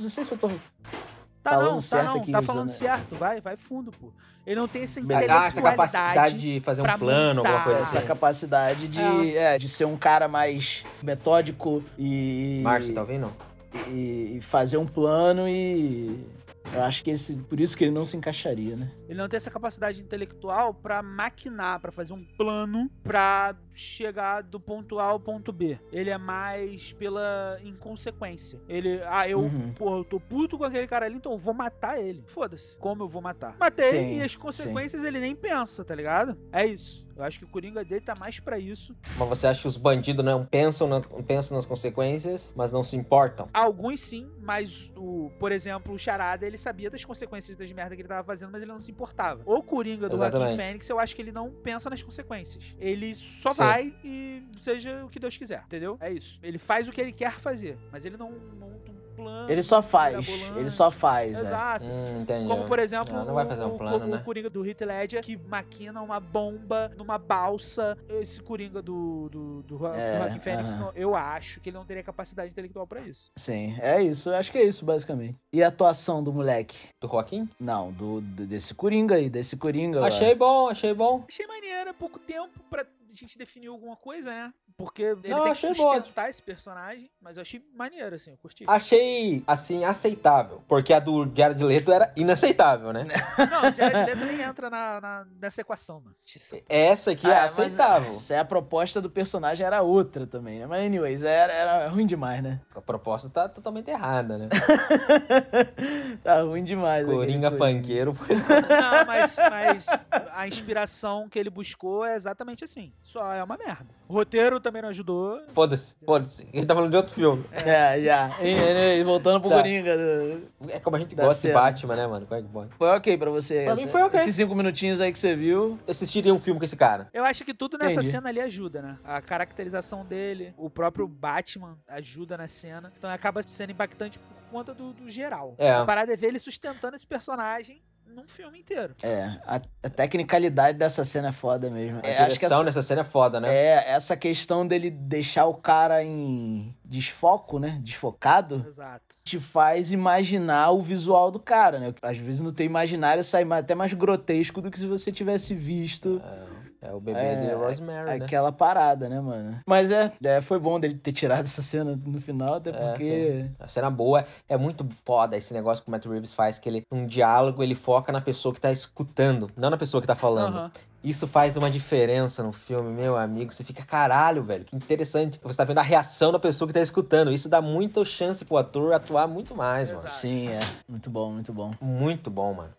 Não sei se eu tô. Tá falando não, tá certo não, aqui, tá falando Zana. certo. Vai, vai fundo, pô. Ele não tem essa Ah, essa capacidade intelectualidade. de fazer é pra um plano, alguma montar. coisa assim. Essa capacidade de, é, de ser um cara mais metódico e. Márcio, tá ouvindo? e, e fazer um plano e. Eu acho que esse. Por isso que ele não se encaixaria, né? Ele não tem essa capacidade intelectual pra maquinar, pra fazer um plano pra chegar do ponto A ao ponto B. Ele é mais pela inconsequência. Ele, ah, eu, Uhum. porra, eu tô puto com aquele cara ali, então eu vou matar ele. Foda-se. Como eu vou matar? Matei Sim, e as consequências ele nem pensa, tá ligado? É isso. Eu acho que o Coringa dele tá mais pra isso. Mas você acha que os bandidos não pensam, na- pensam nas consequências, mas não se importam? Alguns sim, mas o, por exemplo, o Charada, ele sabia das consequências das merdas que ele tava fazendo, mas ele não se importava. O Coringa do Joaquim Exatamente. Fênix, eu acho que ele não pensa nas consequências. Ele só Sim. vai e seja o que Deus quiser, entendeu? É isso. Ele faz o que ele quer fazer, mas ele não, não plano. Ele só faz. mirabolante. Ele só faz. é. Exato. Hum, entendi. Como, por exemplo, Não, não vai fazer o- um o- plano, o, né? Coringa do Heath Ledger, que maquina uma bomba numa balsa. Esse Coringa do, do, do, Ro- É, do Joaquin Phoenix, aham. não- eu acho que ele não teria capacidade intelectual pra isso. Sim, é isso. Eu acho que é isso, basicamente. E a atuação do moleque? Do Joaquim? Não, do, do- desse Coringa aí, desse Coringa. lá. Achei bom, achei bom. Achei maneiro, é pouco tempo pra gente definir alguma coisa, né? Porque ele Não, tem que achei bom. sustentar esse personagem, mas eu achei maneiro, assim, eu curti. Achei, assim, aceitável. Porque a do Diário de Leto era inaceitável, né? Não, o Jared Leto nem entra na, na- nessa equação, mano. Tira essa- Essa aqui é Ah, mas- aceitável. Essa é a proposta do personagem, era outra também, né? Mas, anyways, era, era ruim demais, né? A proposta tá totalmente errada, né? tá ruim demais. aquele Coringa funkeiro. Não, mas, mas a inspiração que ele buscou é exatamente assim. Só é uma merda. O roteiro também não ajudou. Foda-se, foda-se. Ele tá falando de outro filme. É, já. E- e- e voltando pro Tá. Coringa. do- É como a gente Dá gosta de certo. Batman, né, mano? Como é que pode? Foi ok pra você. Pra essa- mim foi ok. Esses cinco minutinhos aí que você viu. Eu assistiria um filme com esse cara. Eu acho que tudo nessa Entendi. cena ali ajuda, né? A caracterização dele, o próprio Batman ajuda na cena. Então acaba sendo impactante por conta do, do geral. É. A parada é ver ele sustentando esse personagem num filme inteiro. É, a, a tecnicalidade dessa cena é foda mesmo. A É, direção acho que essa, nessa cena é foda, né? é, essa questão dele deixar o cara em desfoco, né? Desfocado. Exato. Te faz imaginar o visual do cara, né? Às vezes no teu imaginário sai ma- até mais grotesco do que se você tivesse visto É, o bebê É, de Rosemary, né? aquela parada, né, mano? Mas é, é, foi bom dele ter tirado essa cena no final, até É, porque. A cena boa é muito foda esse negócio que o Matt Reeves faz, que ele, um diálogo, ele foca na pessoa que tá escutando, não na pessoa que tá falando. Aham. Isso faz uma diferença no filme, meu amigo. Você fica, caralho, velho, que interessante. Você tá vendo a reação da pessoa que tá escutando. Isso dá muita chance pro ator atuar muito mais, mano. Exato. Sim, é. Muito bom, muito bom. Muito bom, mano.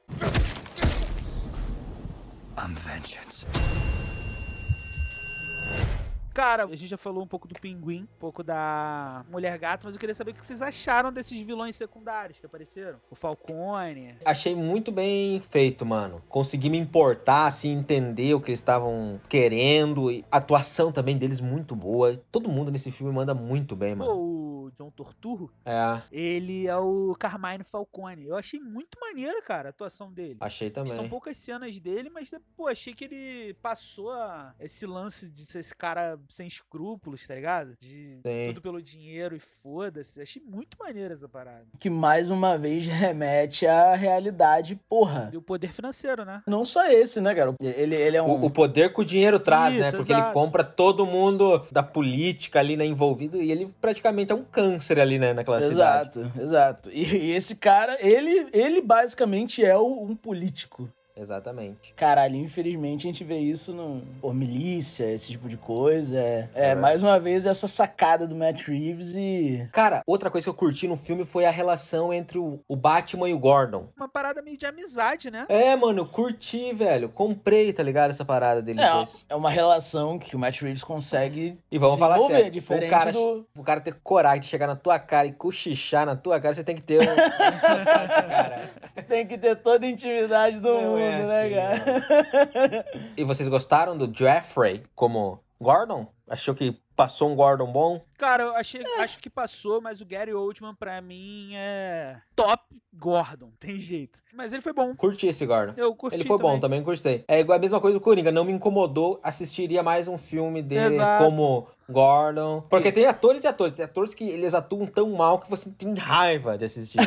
Cara, a gente já falou um pouco do Pinguim, um pouco da Mulher Gato, mas eu queria saber o que vocês acharam desses vilões secundários que apareceram. O Falcone. Achei muito bem feito, mano. Consegui me importar, assim, entender o que eles estavam querendo. E a atuação também deles muito boa. Todo mundo nesse filme manda muito bem, mano. Pô, o John Torturro, É, ele é o Carmine Falcone. Eu achei muito maneiro, cara, a atuação dele. achei também. São poucas cenas dele, mas, né, pô, achei que ele passou a- esse lance de ser esse cara sem escrúpulos, tá ligado? De Sim. tudo pelo dinheiro e foda-se. Achei muito maneiro essa parada. que mais uma vez remete à realidade, porra. E o poder financeiro, né? Não só esse, né, cara? Ele, ele é um. O, o poder que o dinheiro traz, né? Isso, Porque ele exato. compra todo mundo da política ali, né? Envolvido. E ele praticamente é um câncer ali, né? Naquela cidade. Exato, exato. E, e esse cara, ele, ele basicamente é o- um político. Exatamente. Caralho, infelizmente a gente vê isso no. Pô, milícia, esse tipo de coisa. É, é, É. mais uma vez essa sacada do Matt Reeves e. Cara, outra coisa que eu curti no filme foi a relação entre o, o Batman e o Gordon. Uma parada meio de amizade, né? É, mano, eu curti, velho. Comprei, tá ligado? Essa parada deles É, dois. é uma relação que o Matt Reeves consegue E vamos falar desenvolver, sério. diferente o cara, do- o cara ter coragem de chegar na tua cara e cochichar na tua cara, você tem que ter um. cara. Tem que ter toda a intimidade do Não mundo, é né, assim, cara? E vocês gostaram do Jeffrey como Gordon? Achou que passou um Gordon bom? Cara, eu achei, É. acho que passou, mas o Gary Oldman, pra mim, é top Gordon. Tem jeito. Mas ele foi bom. Curti esse Gordon. Eu curti Ele foi bom, também gostei. É igual a mesma coisa do Coringa, não me incomodou, assistiria mais um filme dele Exato. como Gordon. Porque tem atores e atores, tem atores que eles atuam tão mal que você tem raiva de assistir.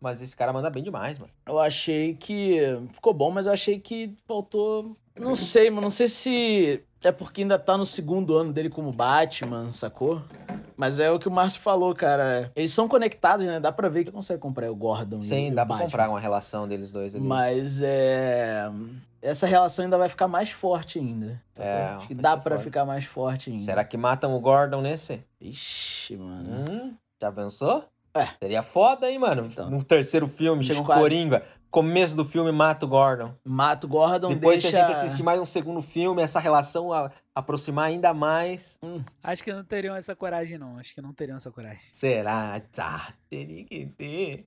Mas esse cara manda bem demais, mano. Eu achei que ficou bom, mas eu achei que faltou. Não sei, mano. Não sei se é porque ainda tá no segundo ano dele como Batman, sacou? Mas é o que o Márcio falou, cara. Eles são conectados, né? Dá pra ver que consegue comprar o Gordon. e Sim, o dá pra Batman. comprar uma relação deles dois ali. Mas é. Essa relação ainda vai ficar mais forte ainda. sacou? É, Acho que vai dá ser pra forte. ficar mais forte ainda. Será que matam o Gordon nesse? Ixi, mano. Hum, já pensou? É. Seria foda, hein, mano? Então. No terceiro filme, Nos chega um quadros. Coringa. Começo do filme mata o Gordon. Mata o Gordon, Depois, deixa... se a gente assistir mais um segundo filme, essa relação a- aproximar ainda mais. Acho que não teriam essa coragem, não. Acho que não teriam essa coragem. Será? Tá, teria que ter.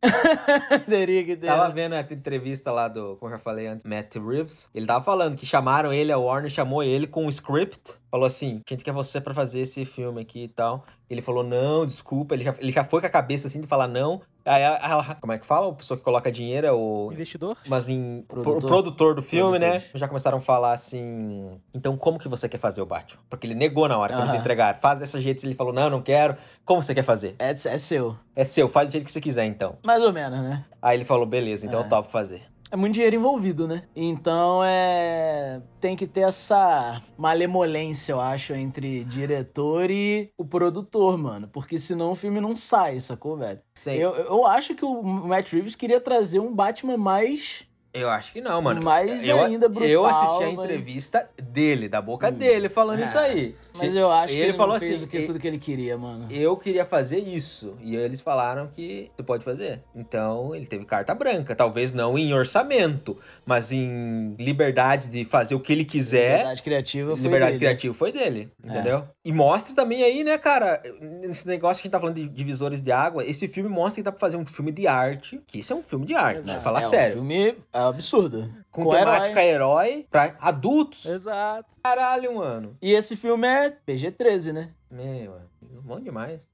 Teria que ter. Tava vendo a entrevista lá do, como eu já falei antes, Matt Reeves. Ele tava falando que chamaram ele, a Warner chamou ele com um script. Falou assim: a gente quer você pra fazer esse filme aqui e tal. Ele falou: não, desculpa. Ele já, ele já foi com a cabeça assim de falar não. Aí ela- ela- como é que fala? A pessoa que coloca dinheiro é o. Investidor? Mas em pro- o Produtor. produtor do filme, né? Produtor. Já começaram a falar assim. Então, como que você quer fazer o Batman? Porque ele negou na hora que eles Aham. entregaram. Faz dessa jeito, ele falou, não, não quero. Como você quer fazer? É, é seu. É seu, faz do jeito que você quiser, então. Mais ou menos, né? Aí ele falou, beleza, então É. eu topo fazer. É muito dinheiro envolvido, né? Então é. Tem que ter essa malemolência, eu acho, entre diretor e o produtor, mano. Porque senão o filme não sai, sacou, velho? Sim. Eu, Eu, eu acho que o Matt Reeves queria trazer um Batman mais. acho que não, mano. mais eu, ainda brutal. eu assisti a mas- entrevista dele, da boca Hum. dele, falando isso aí. Mas Se- eu acho que ele ele, não falou fez assim, o que, e- tudo que ele queria, mano. Eu queria fazer isso. E eles falaram que você pode fazer. Então ele teve carta branca. Talvez não em orçamento, mas em liberdade de fazer o que ele quiser. Liberdade criativa foi. é. Liberdade dele. criativa foi dele, É. entendeu? E mostra também aí, né, cara, nesse negócio que a gente tá falando de divisores de água, esse filme mostra que dá pra fazer um filme de arte, que isso é um filme de arte, né? Exato. Falar é, sério. O filme é absurdo. Com, com temática herói. pra adultos. Exato. Caralho, mano. E esse filme é PG-13, né? Meu, é bom demais.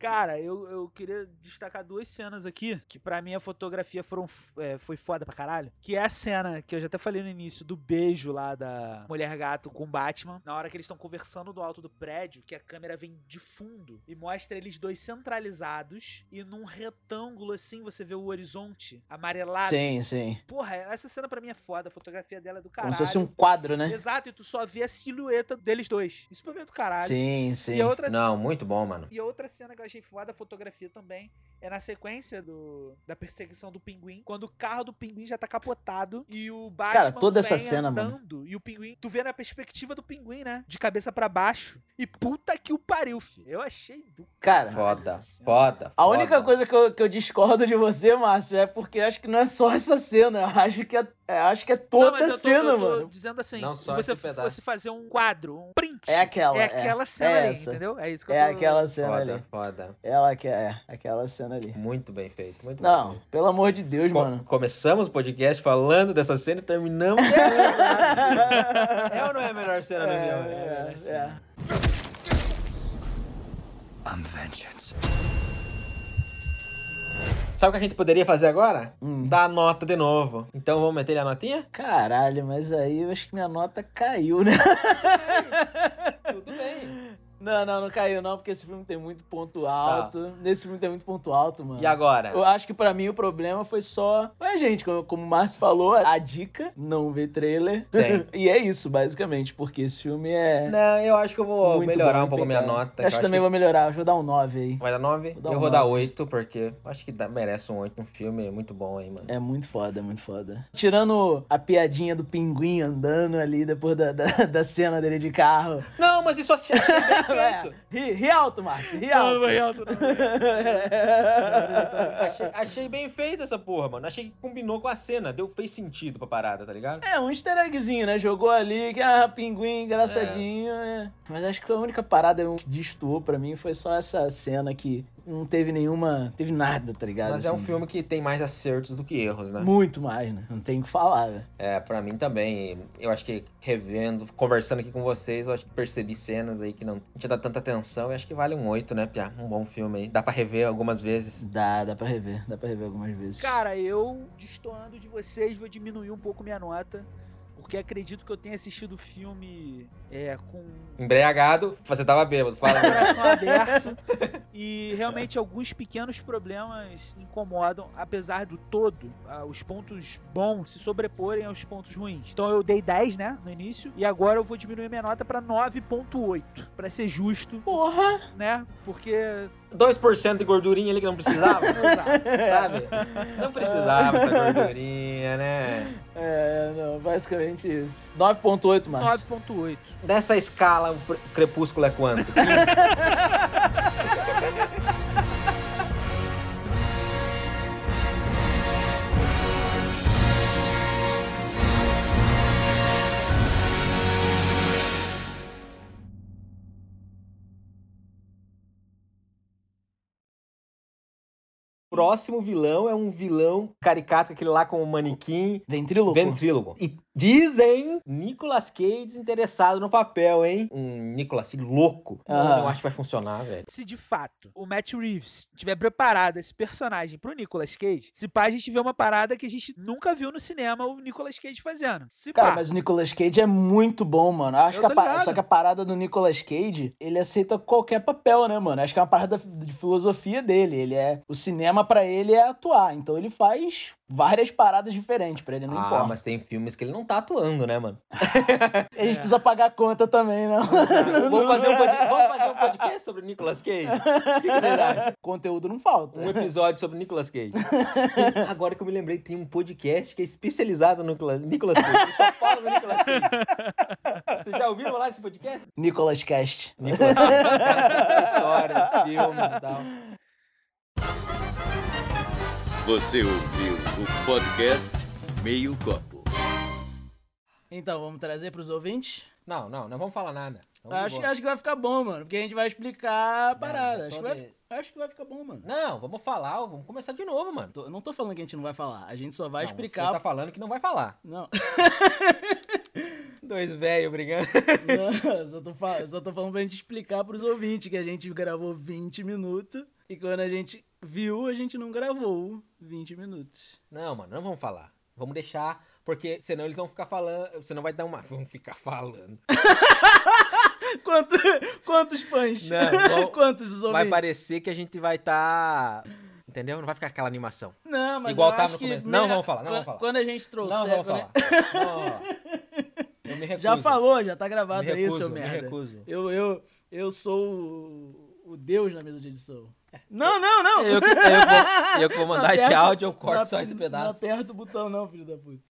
Cara, eu, eu queria destacar duas cenas aqui, que pra mim a fotografia foram, f- é, foi foda pra caralho. Que é a cena, que eu já até falei no início, do beijo lá da Mulher Gato com o Batman. Na hora que eles estão conversando do alto do prédio, que a câmera vem de fundo e mostra eles dois centralizados e num retângulo assim você vê o horizonte amarelado. Sim, sim. Porra, essa cena pra mim é foda, a fotografia dela é do Como caralho. se fosse um quadro, né? Exato, e tu só vê a silhueta deles dois. Isso pra mim é do caralho. Sim, sim. E a outra Não, muito bom, mano. e a outra cena que eu achei foda, a fotografia também, é na sequência do, da perseguição do pinguim, quando o carro do pinguim já tá capotado e o Batman toda essa vem cena, mano. andando, e o pinguim, tu vê na perspectiva do pinguim, né? De cabeça pra baixo. E puta que o pariu, filho. Eu achei do Cara, caralho Foda, essa cena. foda. é- A única foda. coisa que eu, que eu discordo de você, Márcio, é porque eu acho que não é só essa cena. Eu acho que é, é, acho que é Não, toda mas eu a tô, cena, eu tô mano. dizendo assim, Não se só você esse pedaço. fosse fazer um quadro, um print, É aquela. é aquela cena é ali, essa. entendeu? É isso que É eu tô... aquela cena Foda, ali. foda. Ela que é, aquela cena ali. Muito bem feito, muito bem Não, feito. pelo amor de Deus, Co- mano. Começamos o podcast falando dessa cena e terminamos. é ou não é a melhor cena do filme? É, é. Sabe o que a gente poderia fazer agora? Hum. Dar a nota de novo. Então vamos meter a notinha? Caralho, mas aí eu acho que minha nota caiu, né? Tudo bem. Não, não, não caiu não, porque esse filme tem muito ponto alto. Nesse filme tem muito ponto alto, mano. Tá. E agora? Eu acho que pra mim o problema foi só. Mas, gente, como, como o Márcio falou, a dica não ver trailer. Sim. e é isso, basicamente, porque esse filme é. Não, eu acho que eu vou muito melhorar bom, um pouco minha impecável. nota. que Eu acho que também vou melhorar, acho que vou dar um 9 aí. Vai dar 9? Vou Eu dar vou um dar nove. 8, porque acho que dá- merece um 8. Um filme muito bom aí, mano. É muito foda, é muito foda. Tirando a piadinha do pinguim andando ali depois da, da, da cena dele de carro. Não, mas isso assim. É, ri, ri alto, Márcio, ri alto. vai alto, não. achei, achei bem feito essa porra, mano. Achei que combinou com a cena. Deu, fez sentido pra parada, tá ligado? É, um easter eggzinho, né? Jogou ali, que ah, pinguim, engraçadinho, é. Mas acho que a única parada que destoou pra mim foi só essa cena que não teve nenhuma. Teve nada, tá ligado? Mas é um Assim, filme que tem mais acertos do que erros, né? Muito mais, né? Não tem o que falar, velho. É, pra mim também. Eu acho que revendo, conversando aqui com vocês, eu acho que percebi cenas aí que não tinha dado tanta atenção. E acho que vale um 8, né, Pia? Um bom filme aí. Dá pra rever algumas vezes. Dá, dá pra rever, dá pra rever algumas vezes. Cara, eu, destoando de vocês, vou diminuir um pouco minha nota. Porque acredito que eu tenha assistido o filme é, com o Embriagado, você tava bêbado. Fala, né? mano. coração aberto. E realmente alguns pequenos problemas incomodam, apesar do todo, ah, os pontos bons se sobreporem aos pontos ruins. Então eu dei 10, né, no início, e agora eu vou diminuir minha nota pra 9.8, Pra ser justo, Porra! né? Porque 2% de gordurinha ali que não precisava. exato. sabe? Não precisava essa gordurinha, né? É, não, basicamente isso. 9.8, Márcio. 9.8. Dessa escala, o pre- crepúsculo é quanto? próximo vilão é um vilão caricato, aquele lá com o manequim. Ventríloco. Ventrílogo. E dizem Nicolas Cage interessado no papel, hein? Um Nicolas Cage louco. Ah. Eu acho que vai funcionar, velho. Se de fato o Matt Reeves tiver preparado esse personagem pro Nicolas Cage, se pá, a gente vê uma parada que a gente nunca viu no cinema o Nicolas Cage fazendo. Se Cara, pá. mas o Nicolas Cage é muito bom, mano. Acho Eu que a tô pa- ligado. Só que a parada do Nicolas Cage, ele aceita qualquer papel, né, mano? Acho que é uma parada de filosofia dele. Ele é. O cinema pra ele é atuar. Então ele faz várias paradas diferentes pra ele, não ah, importa. mas tem filmes que ele não tá atuando, né, mano? A gente É. precisa pagar a conta também, né? Vamos fazer um podcast, vamos fazer um podcast sobre o Nicolas Cage? O que que vocês acham? Conteúdo não falta. Um episódio sobre Nicolas Cage. Tem- agora que eu me lembrei, tem um podcast que é especializado no Nicolas, Nicolas Cage. Só fala do Nicolas Cage. Vocês já ouviram lá esse podcast? Nicolas Cast. Nicolas Cage. cara, história, filmes e tal. Você ouviu o podcast Meio Copo. Então, vamos trazer pros ouvintes? Não, não, não vamos falar nada. Vamos Acho, embora. acho que vai ficar bom, mano. Porque a gente vai explicar a parada. já acho, tô que vai, de- fi- acho que vai ficar bom, mano. Não, vamos falar, vamos começar de novo, mano. Tô- eu não tô falando que a gente não vai falar. A gente só vai Não, explicar. Você tá falando que não vai falar. Não, Dois velhos brigando. não eu só, tô fa- eu só tô falando pra gente explicar pros ouvintes que a gente gravou 20 minutos. E quando a gente viu, a gente não gravou 20 minutos. Não, mano, não vamos falar. Vamos deixar, porque senão eles vão ficar falando. Senão vai dar uma. Vão ficar falando. Quanto, quantos fãs? Não, vão- quantos dos ouvintes? Vai parecer que a gente vai tá. Entendeu? Não vai ficar aquela animação. Não, mas Igual eu tava acho no que começo. né, Não vamos falar, não quando, vamos falar. Quando a gente trouxer. não, vamos quando a- falar. Não, né? eu me recuso. Já falou, já tá gravado Me aí, recuso, seu me merda. recuso. Eu, eu, eu sou o, o deus na mesa de edição. Não, não, não! Eu que, eu que vou, eu que vou mandar Não esse aperta- áudio, eu não corto só aperta- esse Não pedaço. aperta o botão não, filho da puta.